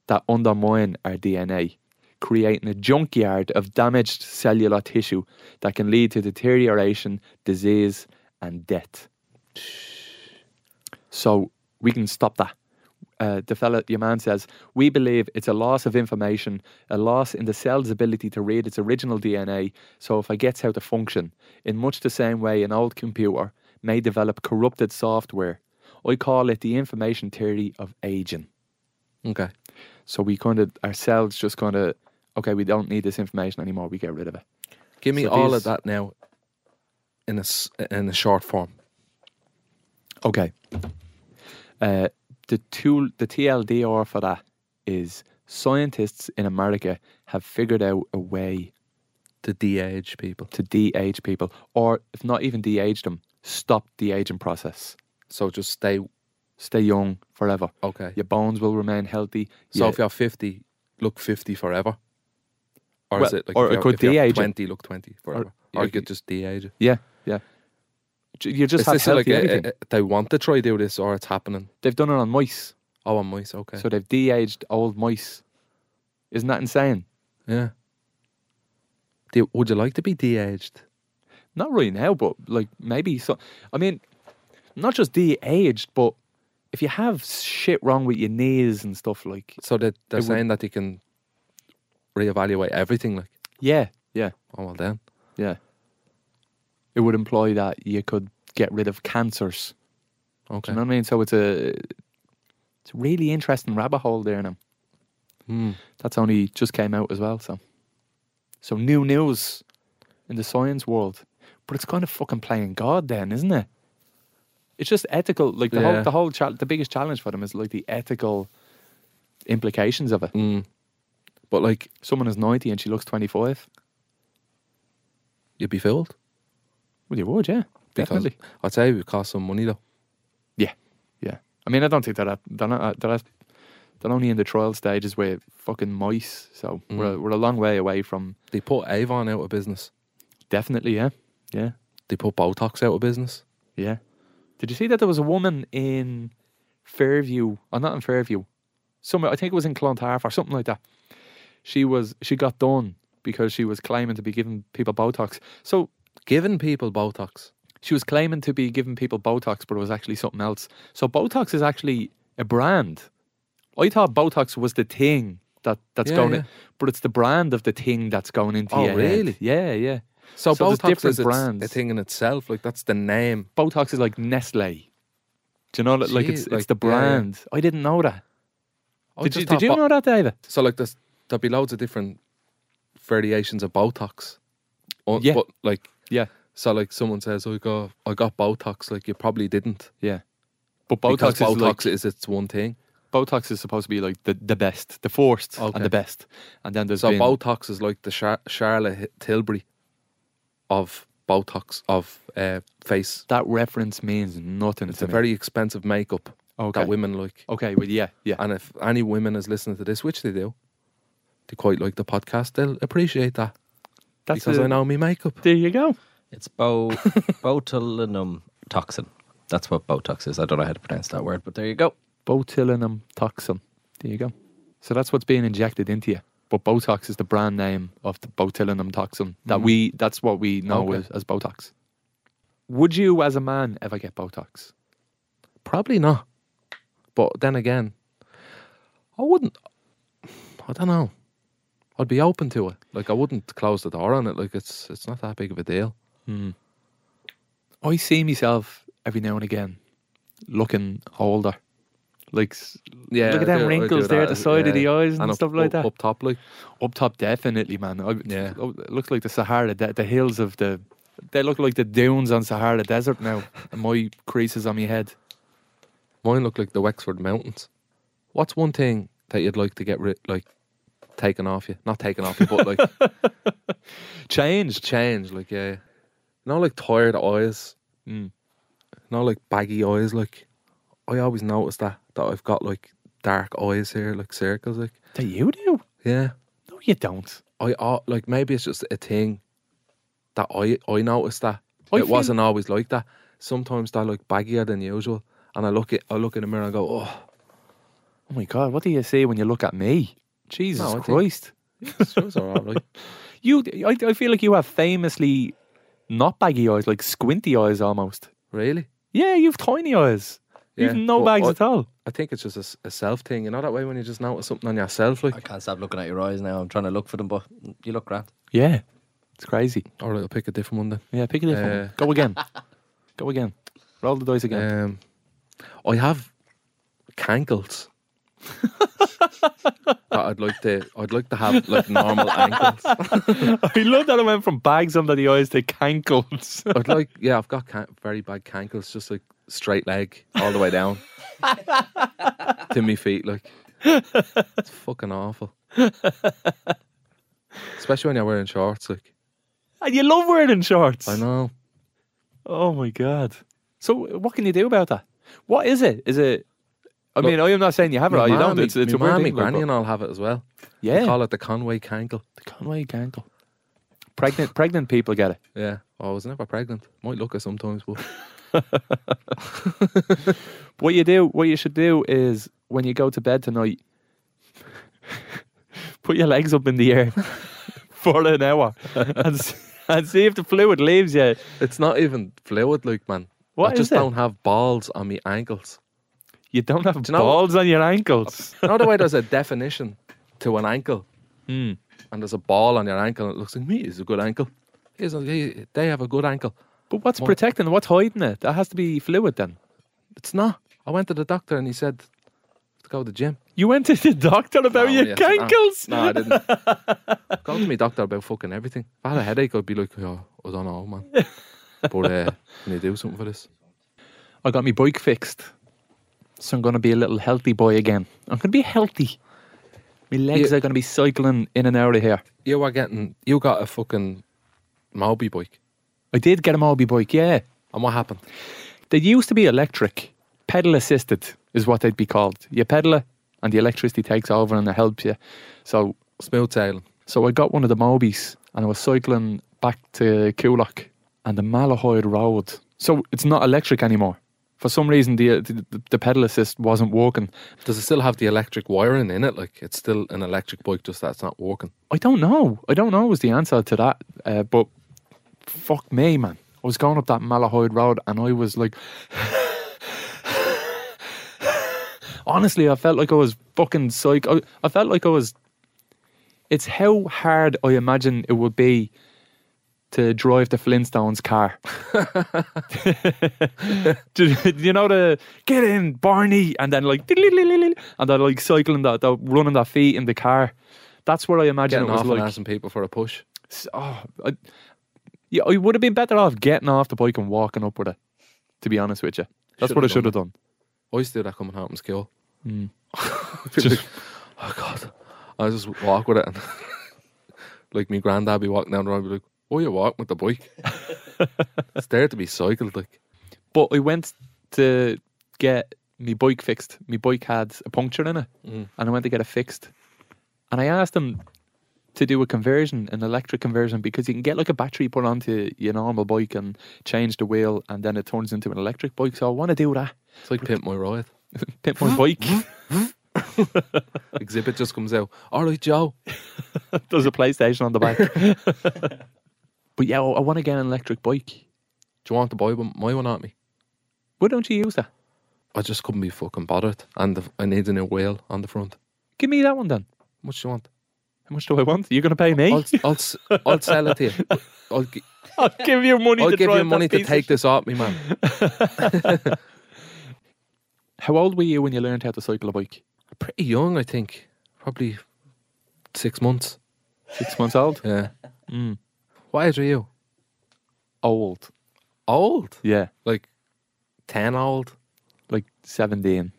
S3: that undermine our DNA, creating a junkyard of damaged cellular tissue that can lead to deterioration, disease, and death. So we can stop that. Uh, the fella, your man says, we believe it's a loss of information, a loss in the cell's ability to read its original DNA, so it forgets how to function. In much the same way, an old computer may develop corrupted software. I call it the information theory of aging.
S2: okay.
S3: So we kind of, ourselves just kind of, okay, we don't need this information anymore, we get rid of it.
S2: Give me
S3: So
S2: all
S3: these-
S2: of that now, in a s- in a short form.
S3: Okay. Uh, the tool, the TLDR for that is scientists in America have figured out a way
S2: To de-age people,
S3: to de-age people, or if not even de-age them, stop the aging process.
S2: so just stay
S3: Stay young forever.
S2: okay.
S3: Your bones will remain healthy.
S2: So
S3: Yeah,
S2: if you're fifty, look fifty forever. Or is
S3: Well,
S2: it like
S3: or
S2: if
S3: it
S2: you're,
S3: could
S2: if you're
S3: de-age it.
S2: twenty, look twenty forever, or,
S3: or
S2: you could just de-age it.
S3: yeah, yeah. J- You just
S2: Is
S3: have
S2: this like
S3: healthy
S2: a- a-
S3: everything.
S2: a- they want to try do this, or it's happening?
S3: They've done it on mice,
S2: Oh, on mice. Okay.
S3: so they've de-aged old mice. Isn't that insane?
S2: Yeah. Do you- would you like to be de-aged?
S3: not really now, but like maybe so. I mean, not just de-aged, but if you have shit wrong with your knees and stuff, like
S2: So that they're
S3: It would-
S2: saying that you can reevaluate everything. Like,
S3: yeah, yeah,
S2: oh well, then
S3: yeah, it would imply that you could get rid of cancers. Do
S2: okay.
S3: you know what I mean? So it's a it's a really interesting rabbit hole there now.
S2: Hmm.
S3: That's only just came out as well. So so new news in the science world, but it's kind of fucking playing God then, isn't it? It's just ethical. Like the
S2: Yeah.
S3: whole the whole chal the biggest challenge for them is like the ethical implications of it.
S2: Mm. But like,
S3: Someone is ninety and she looks twenty five.
S2: you'd be filled
S3: Well, you would, yeah,
S2: because
S3: definitely.
S2: I'd say it would cost some money though.
S3: I mean, I don't think that that- they're not, they're not They're only in the trial stages with fucking mice, so
S2: Mm.
S3: we're we're a long way away from
S2: They put Avon out of business.
S3: definitely. Yeah, yeah,
S2: They put Botox out of business.
S3: yeah. Did you see that there was a woman in Fairview? Or not in Fairview. Somewhere I think it was in Clontarf or something like that. She was she got done because she was claiming to be giving people Botox. So
S2: Giving people Botox.
S3: she was claiming to be giving people Botox, but it was actually something else. So Botox is actually a brand. I thought Botox was the thing that that's
S2: Yeah,
S3: going,
S2: yeah.
S3: in, but it's the brand of the thing that's going into
S2: Oh,
S3: your head.
S2: really?
S3: Yeah, yeah.
S2: So,
S3: So there's
S2: Botox is
S3: different
S2: its-
S3: brands.
S2: a thing in itself. Like that's the name.
S3: Botox is like Nestle. Do you know, like, like it's
S2: Jeez,
S3: it's
S2: like,
S3: the
S2: yeah, yeah.
S3: brand. I didn't know that.
S2: I
S3: Did you,
S2: just
S3: did
S2: thought
S3: you
S2: Bo-
S3: know that, David?
S2: So like there's there'll be loads of different variations of Botox. Or,
S3: Yeah.
S2: But like
S3: Yeah,
S2: so like someone says, oh, I got I got Botox. Like you probably didn't.
S3: yeah. But
S2: because
S3: Botox is
S2: Botox
S3: like
S2: is its one thing.
S3: Botox is supposed to be like the, the best, the first,
S2: Okay.
S3: and the best. And then there's
S2: So
S3: been,
S2: Botox is like the Char- Charlotte H- Tilbury of Botox of uh, face.
S3: that reference means nothing.
S2: It's
S3: to
S2: a
S3: me.
S2: very expensive makeup
S3: Okay.
S2: that women like.
S3: okay. Well, yeah, yeah.
S2: And if any women is listening to this, which they do, they quite like the podcast. They'll appreciate that
S3: That's
S2: because
S3: a-
S2: I know me makeup.
S3: There you go.
S4: It's bo- botulinum toxin. That's what Botox is. I don't know how to pronounce that word, but there you go.
S3: botulinum toxin. There you go. So that's what's being injected into you. But Botox is the brand name of the botulinum toxin that we. That's what we know
S2: Okay.
S3: as, as Botox. Would you, as a man, ever get Botox?
S2: Probably not. But then again, I wouldn't. I don't know. I'd be open to it. Like I wouldn't close the door on it. Like it's it's not that big of a deal.
S3: I see myself every now and again looking older. Like s-
S2: Yeah,
S3: Look at
S2: I
S3: them
S2: do- I do
S3: wrinkles there at the
S2: that,
S3: side of the eyes and
S2: up-
S3: stuff like
S2: up-
S3: that.
S2: Up top, like
S3: up top, definitely, man. I,
S2: Yeah.
S3: oh, it looks like the Sahara, the, the hills of the. They look like the dunes on Sahara Desert now. and my creases on my head.
S2: mine look like the Wexford Mountains. What's one thing that you'd like to get rid, like taken off you? Not taken off you, but like
S3: Changed.
S2: change. Like yeah, not like tired eyes.
S3: Mm.
S2: Not like baggy eyes. Like I always notice that that I've got like dark eyes here, like circles. Like
S3: Do you do?
S2: yeah,
S3: No, you don't.
S2: I uh, like maybe it's just a thing that I I noticed that
S3: I
S2: it
S3: feel-
S2: wasn't always like that. Sometimes they look baggier than usual, and I look at I look in the mirror and go, oh,
S3: Oh my god, what do you say when you look at me?
S2: No, I
S3: Jesus
S2: think-
S3: Christ.
S2: it's it's all right. Like,
S3: You I, I feel like you have famously not baggy eyes, like squinty eyes almost.
S2: really?
S3: Yeah, you've tiny eyes. You've
S2: Yeah,
S3: no
S2: but
S3: bags
S2: I-
S3: at all.
S2: I think it's just a s- a, self thing, you know that way when you just notice something on yourself,
S4: I
S2: like,
S4: can't stop looking at your eyes now. I'm trying to look for them, but you look grand.
S3: Yeah. It's crazy.
S2: all right, I'll pick a different one then.
S3: Yeah, pick it up.
S2: Uh,
S3: Go again. Go again. Roll the dice again.
S2: Um, I have cankles. that I'd like to, I'd like to have like normal ankles.
S3: I love that I went from bags under the eyes to cankles.
S2: I'd like, yeah, I've got can- very bad cankles, just like straight leg all the way down to me feet. Like, it's fucking awful. Especially when you're wearing shorts. Like,
S3: and you love wearing shorts.
S2: I know.
S3: Oh my god. So what can you do about that? What is it? Is it I mean, I am not saying you have it.
S2: My
S3: or you
S2: mum,
S3: don't. It's, it's
S2: my
S3: a weird
S2: mum, my
S3: thing, like,
S2: granny,
S3: but-
S2: and I'll have it as well. They
S3: Yeah.
S2: call it the Conway cankle.
S3: Conway Gankle. Pregnant pregnant people get it.
S2: Yeah, I was never pregnant. Might look at sometimes, but
S3: What you do, what you should do is when you go to bed tonight, put your legs up in the air for an hour and, s- and see if the fluid leaves you.
S2: it's not even fluid, like man.
S3: What
S2: I
S3: is
S2: just
S3: it?
S2: don't have balls on me ankles.
S3: You don't have
S2: you know-
S3: balls on your ankles.
S2: Another way, there's a definition to an ankle,
S3: Hmm.
S2: and there's a ball on your ankle, and it looks like me is a good ankle. Here's a, he- they have a good ankle.
S3: But what's
S2: What?
S3: protecting? What's hiding it? That has to be fluid then.
S2: It's not. I went to the doctor and he said to go to the gym.
S3: You went to the doctor about
S2: No,
S3: your
S2: yes, no.
S3: ankles.
S2: No, I didn't. go to my doctor about fucking everything. If I had a headache, I'd be like, oh, I don't know, man. But uh, can you do something for this?
S3: I got my bike fixed. So I'm going to be a little healthy boy again. I'm going to be healthy. My legs
S2: You-
S3: are going to be cycling in and out of here.
S2: You were getting, you got a fucking Moby bike.
S3: I did get a Moby bike, yeah.
S2: And what happened?
S3: They used to be electric. Pedal assisted is what they'd be called. You pedal it, and the electricity takes over and it helps you. So
S2: Smooth sailing.
S3: so I got one of the Mobies and I was cycling back to Coolock and the Malahoyd Road. So it's not electric anymore. For some reason, the the, the pedal assist wasn't working.
S2: Does it still have the electric wiring in it? Like it's still an electric bike, just that's not working.
S3: I don't know. I don't know was the answer to that. Uh, but fuck me, man. I was going up that Malahoyd Road and I was like. Honestly, I felt like I was fucking psych. I, I felt like I was. It's how hard I imagine it would be to drive the Flintstones car. Do you- you know the get in Barney and then like and then like cycling that, that running that feet in the car. That's where I imagine
S2: Getting
S3: it was
S2: off
S3: like
S2: and asking people for a push.
S3: s- oh, I, yeah, I would have been better off getting off the bike and walking up with it. To be honest with you, that's
S2: Should've
S3: what
S2: done
S3: I should have done.
S2: I used to do that coming home from school.
S3: Hmm. Just-
S2: oh god, I just walk with it, and like my granddad be walking down the road, be like, "Oh, you walking with the bike? it's there to be cycled." Like,
S3: But I went to get my bike fixed. My bike had a puncture in it,
S2: Mm.
S3: and I went to get it fixed. And I asked them to do a conversion, an electric conversion, because you can get like a battery put onto your normal bike and change the wheel, and then it turns into an electric bike. So I want to do that.
S2: it's like pimp my ride.
S3: Pimp my bike.
S2: Exhibit just comes out. All right, Joe.
S3: There's a PlayStation on the back. but yeah, I want to get an electric bike.
S2: Do you want to buy one, my one at me?
S3: Why don't you use that?
S2: I just couldn't be fucking bothered, and the, I need a new wheel on the front.
S3: Give me that one then.
S2: How much do you want?
S3: How much do I want? You're going to pay me?
S2: I'll, I'll, s- I'll sell it to you. I'll, gi-
S3: I'll give you money
S2: I'll give
S3: drive
S2: you
S3: that
S2: money to
S3: piece of
S2: take this off me, man.
S3: How old were you when you learned how to cycle a bike?
S2: Pretty young, I think. Probably six months.
S3: Six months old?
S2: Yeah.
S3: Mm.
S2: What age are you?
S3: Old.
S2: Old?
S3: Yeah.
S2: Like ten old?
S3: Like 17.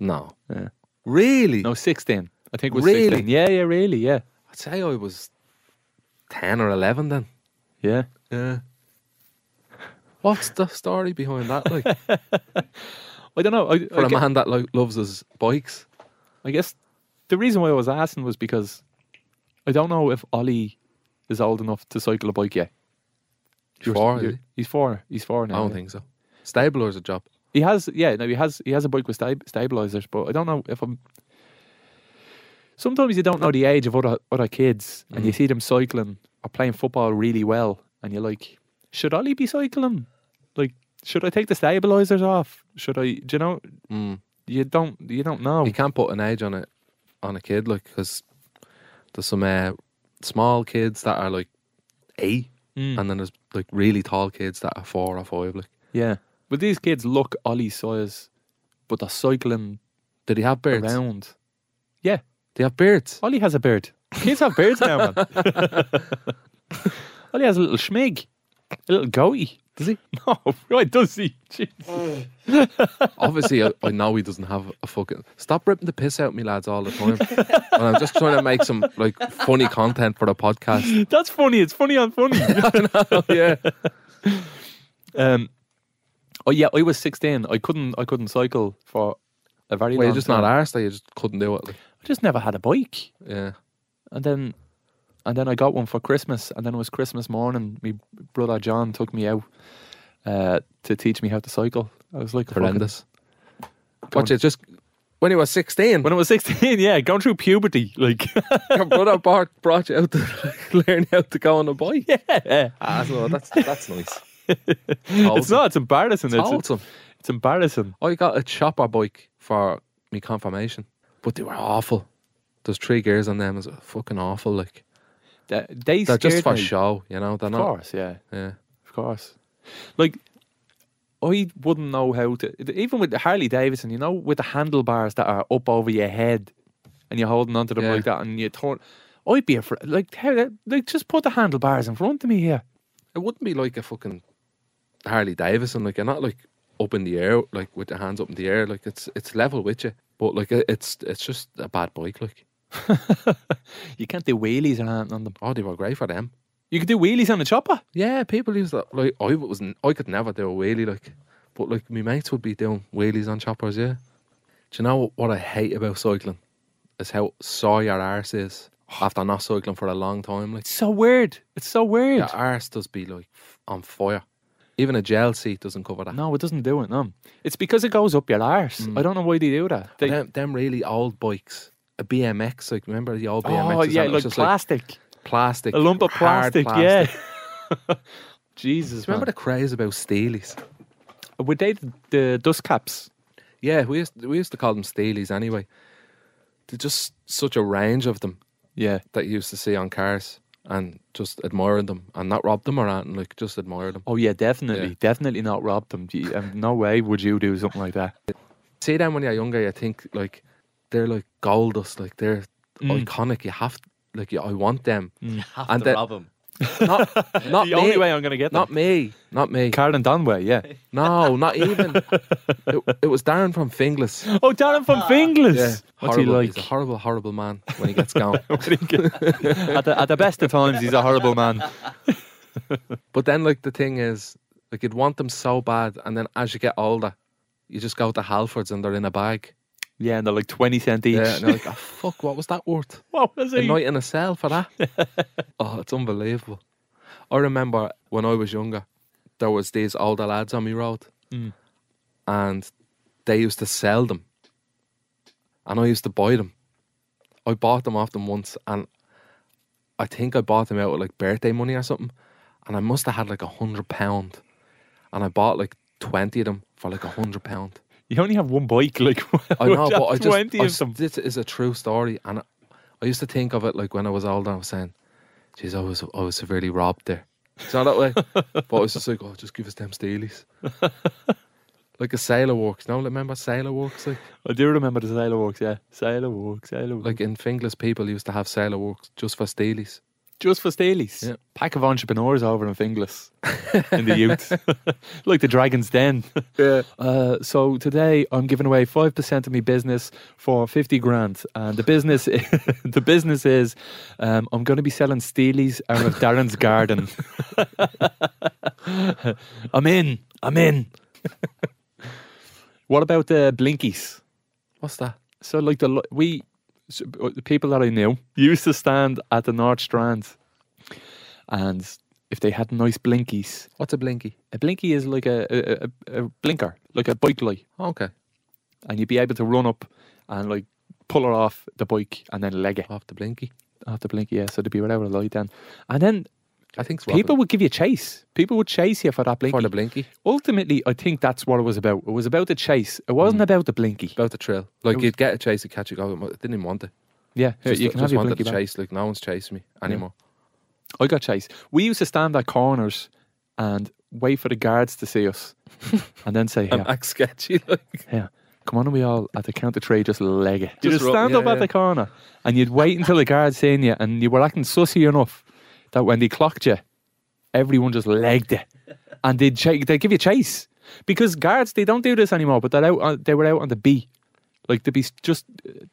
S2: No.
S3: Yeah.
S2: Really?
S3: No, 16. I think it was
S2: Really?
S3: 16. Yeah, yeah, really, yeah.
S2: I'd say I was ten or eleven then.
S3: Yeah.
S2: Yeah. What's the story behind that? Like
S3: I don't know. I,
S2: for
S3: I,
S2: a
S3: gue-
S2: man that like loves his bikes.
S3: I guess the reason why I was asking was because I don't know if Ollie is old enough to cycle a bike yet. You're-
S2: Four, is
S3: you're-
S2: he?
S3: He's four. He's four now.
S2: I don't
S3: yeah.
S2: think so. Stabler's a job.
S3: He has, yeah, no, he has, he has a bike with stab- stabilizers, but I don't know if I'm. Sometimes you don't know the age of other other kids, and you see them cycling or playing football really well, and you're like, should Ollie be cycling? Like, should I take the stabilizers off? Should I? Do you know?
S2: Mm.
S3: You don't. You don't know.
S2: You can't put an age on it on a kid, like because there's some uh, small kids that are like eight,
S3: Mm.
S2: and then there's like really tall kids that are four or five. Like,
S3: Yeah, but these kids look Ollie size, but they're cycling
S2: did he have beards? Do
S3: around. Yeah,
S2: they have beards?
S3: Ollie has a beard. Kids have beards now, man. Ollie has a little schmig, a little goatee.
S2: Does he?
S3: No, right, does he? Jeez.
S2: Obviously, I, I know he doesn't have a fucking. Stop ripping the piss out of me, lads, all the time. and I'm just trying to make some like funny content for the podcast.
S3: That's funny. It's funny on funny. Oh,
S2: yeah.
S3: um, oh yeah, I was sixteen. I couldn't. I couldn't cycle for a very
S2: Well,
S3: long.
S2: you're just
S3: time.
S2: not arsed, or you just couldn't do it. Like,
S3: I just never had a bike.
S2: yeah.
S3: And then and then I got one for Christmas and then it was Christmas morning. My brother John took me out uh, to teach me how to cycle. I was like fucking-
S2: Horrendous. Watch it, just. When he was 16,
S3: When I was sixteen, yeah, going through puberty. Like
S2: your brother Bart brought you out to learn how to go on a bike.
S3: yeah.
S2: Ah, so that's that's nice.
S3: it's not, it's embarrassing. It's, it's,
S2: Wholesome.
S3: embarrassing.
S2: I got a chopper bike for me confirmation, but they were awful. There's three gears on them is fucking awful. Like
S3: They, they
S2: they're just
S3: scared
S2: for
S3: me.
S2: show, you know. They're
S3: Of
S2: not.
S3: course, yeah.
S2: Yeah.
S3: Of course. Like I wouldn't know how to even with the Harley Davidson, you know, with the handlebars that are up over your head and you're holding onto them
S2: Yeah.
S3: like that and you turn I'd be afraid like how the- like just put the handlebars in front of me here.
S2: It wouldn't be like a fucking Harley Davidson. Like you're not like up in the air, like with your hands up in the air. Like it's it's level with you, but like it- it's it's just a bad bike. Like
S3: You can't do wheelies or anything on them.
S2: oh, they were great for them.
S3: You can do wheelies on a chopper.
S2: Yeah, people use that. Like I was, n- I could never do a wheelie. Like, but like my mates would be doing wheelies on choppers. Yeah, Do you know what I hate about cycling? Is how sore your arse is after not cycling for a long time. Like
S3: It's so weird. It's so weird.
S2: your arse does be like f- on fire. Even a gel seat doesn't cover that.
S3: No, it doesn't do it. No, it's because it goes up your arse.
S2: Mm.
S3: I don't know why they do that. They,
S2: them, them really old bikes, a BMX. Like remember the old BMX?
S3: oh yeah, like plastic,
S2: plastic,
S3: a lump of
S2: hard
S3: plastic. Yeah. Jesus,
S2: Remember
S3: remember
S2: the craze about steelies?
S3: the, were they the, the dust caps?
S2: Yeah, we used we used to call them steelies anyway. There's just such a range of them
S3: Yeah,
S2: that you used to see on cars and just admiring them and not rob them or anything, like just admire them.
S3: Oh yeah, definitely,
S2: Yeah.
S3: definitely not rob them. Gee, um, no way would you do something like that.
S2: See them when you're younger, you think like they're like gold dust, like they're
S3: Mm.
S2: iconic. You have like you, I want them.
S4: Have
S2: And
S4: to
S2: the-
S4: rob him.
S2: Not not me.
S3: the only way I'm gonna get
S2: not
S3: them.
S2: me. Not me.
S3: Carlin Dunway, yeah.
S2: No, not even. it, it was Darren from Finglas.
S3: Oh, Darren from Finglas. What's
S2: horrible.
S3: he
S2: He's a
S3: like?
S2: horrible, horrible man when he gets going.
S3: at, the, at the best of times, he's a horrible man.
S2: but then, like the thing is, like you'd want them so bad, and then as you get older, you just go to Halfords and they're in a bag.
S3: Yeah, and they're like twenty cent each.
S2: Yeah, and you're like, oh, fuck, what was that worth?
S3: what was
S2: A
S3: he?
S2: night in a cell for that? oh, it's unbelievable. I remember when I was younger, there was these older lads on my road,
S3: Mm.
S2: and they used to sell them, and I used to buy them. I bought them off them once, and I think I bought them out with like birthday money or something, and I must have had like a hundred pound, and I bought like twenty of them for like a hundred pound.
S3: You only have one bike, like
S2: I know, but I just
S3: twenty
S2: I
S3: of
S2: s-
S3: them.
S2: This is a true story, and I, I used to think of it like when I was older. I was saying, "Geez, I was I was severely robbed there." It's not that way, but I was just like, "Oh, just give us them steelies." like a sailor walks. No, remember sailor walks? Like
S3: I do remember the sailor walks. Yeah, sailor walks, sailor walks.
S2: like in Finglas, people used to have sailor walks just for steelies.
S3: just for Steelies.
S2: Yeah.
S3: Pack of entrepreneurs over in Finglas in the youth, like the Dragon's Den. Yeah. Uh, so today I'm giving away five percent of my business for fifty grand, and the business the business is um, I'm going to be selling Steelies out of Darren's garden. I'm in. I'm in. what about the blinkies?
S2: What's that?
S3: So like the lo- we so, uh, the people that I knew used to stand at the North Strand, and if they had nice blinkies,
S2: What's a blinky?
S3: a blinky is like a a, a, a blinker, like a bike light,
S2: Okay,
S3: and you'd be able to run up and like pull her off the bike and then leg it
S2: off the blinky.
S3: off the blinky. Yeah, so they'd be without a light then, and then
S2: I think it's
S3: people
S2: robbing
S3: would give you chase. People would chase you for that blinky.
S2: for the blinky
S3: Ultimately, I think that's what it was about. It was about the chase. It wasn't
S2: Mm.
S3: about the blinky.
S2: about the trail. Like you'd get a chase, you catch it. Go, I didn't even want it.
S3: Yeah, here,
S2: Just,
S3: you can
S2: just
S3: have your
S2: wanted
S3: blinky
S2: to
S3: back.
S2: chase. Like no one's chasing me anymore.
S3: I got chased. We used to stand at corners and wait for the guards to see us and then say,
S2: And
S3: yeah,
S2: act sketchy. Like
S3: yeah, come on, and we all at the count of three just leg it. You
S2: Just
S3: just,
S2: ru-
S3: stand
S2: yeah,
S3: up at
S2: yeah.
S3: the corner and you'd wait until the guards seen you and you were acting sussy enough that when they clocked you, everyone just legged it and they'd, ch- they'd give you chase because guards, they don't do this anymore, but they're out on, they were out on the B. Like, they'd be s- just,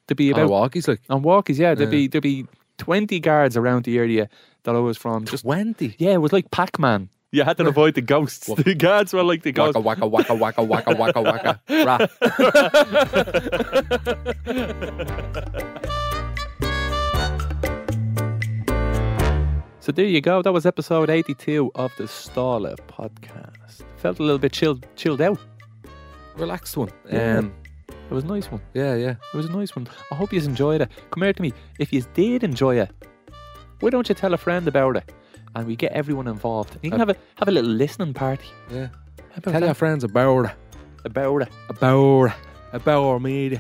S3: they'd be
S2: on
S3: about
S2: a walk, he's like
S3: on walkies, yeah. There'd
S2: Yeah.
S3: be there'd be twenty guards around the area that I was from. Just
S2: twenty.
S3: yeah, it was like Pac Man. You had to avoid the ghosts. the guards were like the ghosts.
S2: Waka waka waka waka waka waka waka. Right.
S3: So there you go. That was episode eighty-two of the Staller podcast. Felt a little bit chilled, chilled out.
S2: Relaxed one.
S3: Yeah.
S2: Um,
S3: It was a nice one.
S2: yeah, yeah.
S3: It was a nice one. I hope you enjoyed it. Come here to me. If you did enjoy it, why don't you tell a friend about it? And we get everyone involved. You can have a have a little listening party.
S2: Yeah.
S3: How about
S2: Tell
S3: that?
S2: your friends about it.
S3: about it.
S2: About it. About me.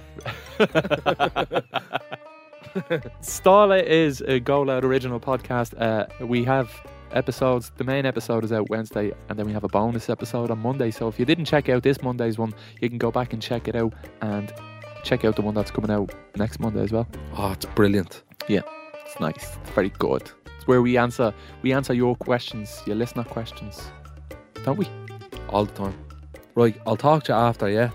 S3: Starlet is a Go Loud original podcast. Uh, we have episodes. The main episode is out Wednesday, and then we have a bonus episode on Monday. So if you didn't check out this Monday's one, you can go back and check it out and check out the one that's coming out next Monday as well.
S2: Oh, it's brilliant.
S3: It's nice. It's very good. It's where we answer we answer your questions, your listener questions, don't we?
S2: All the time. Right, I'll talk to you after, yeah?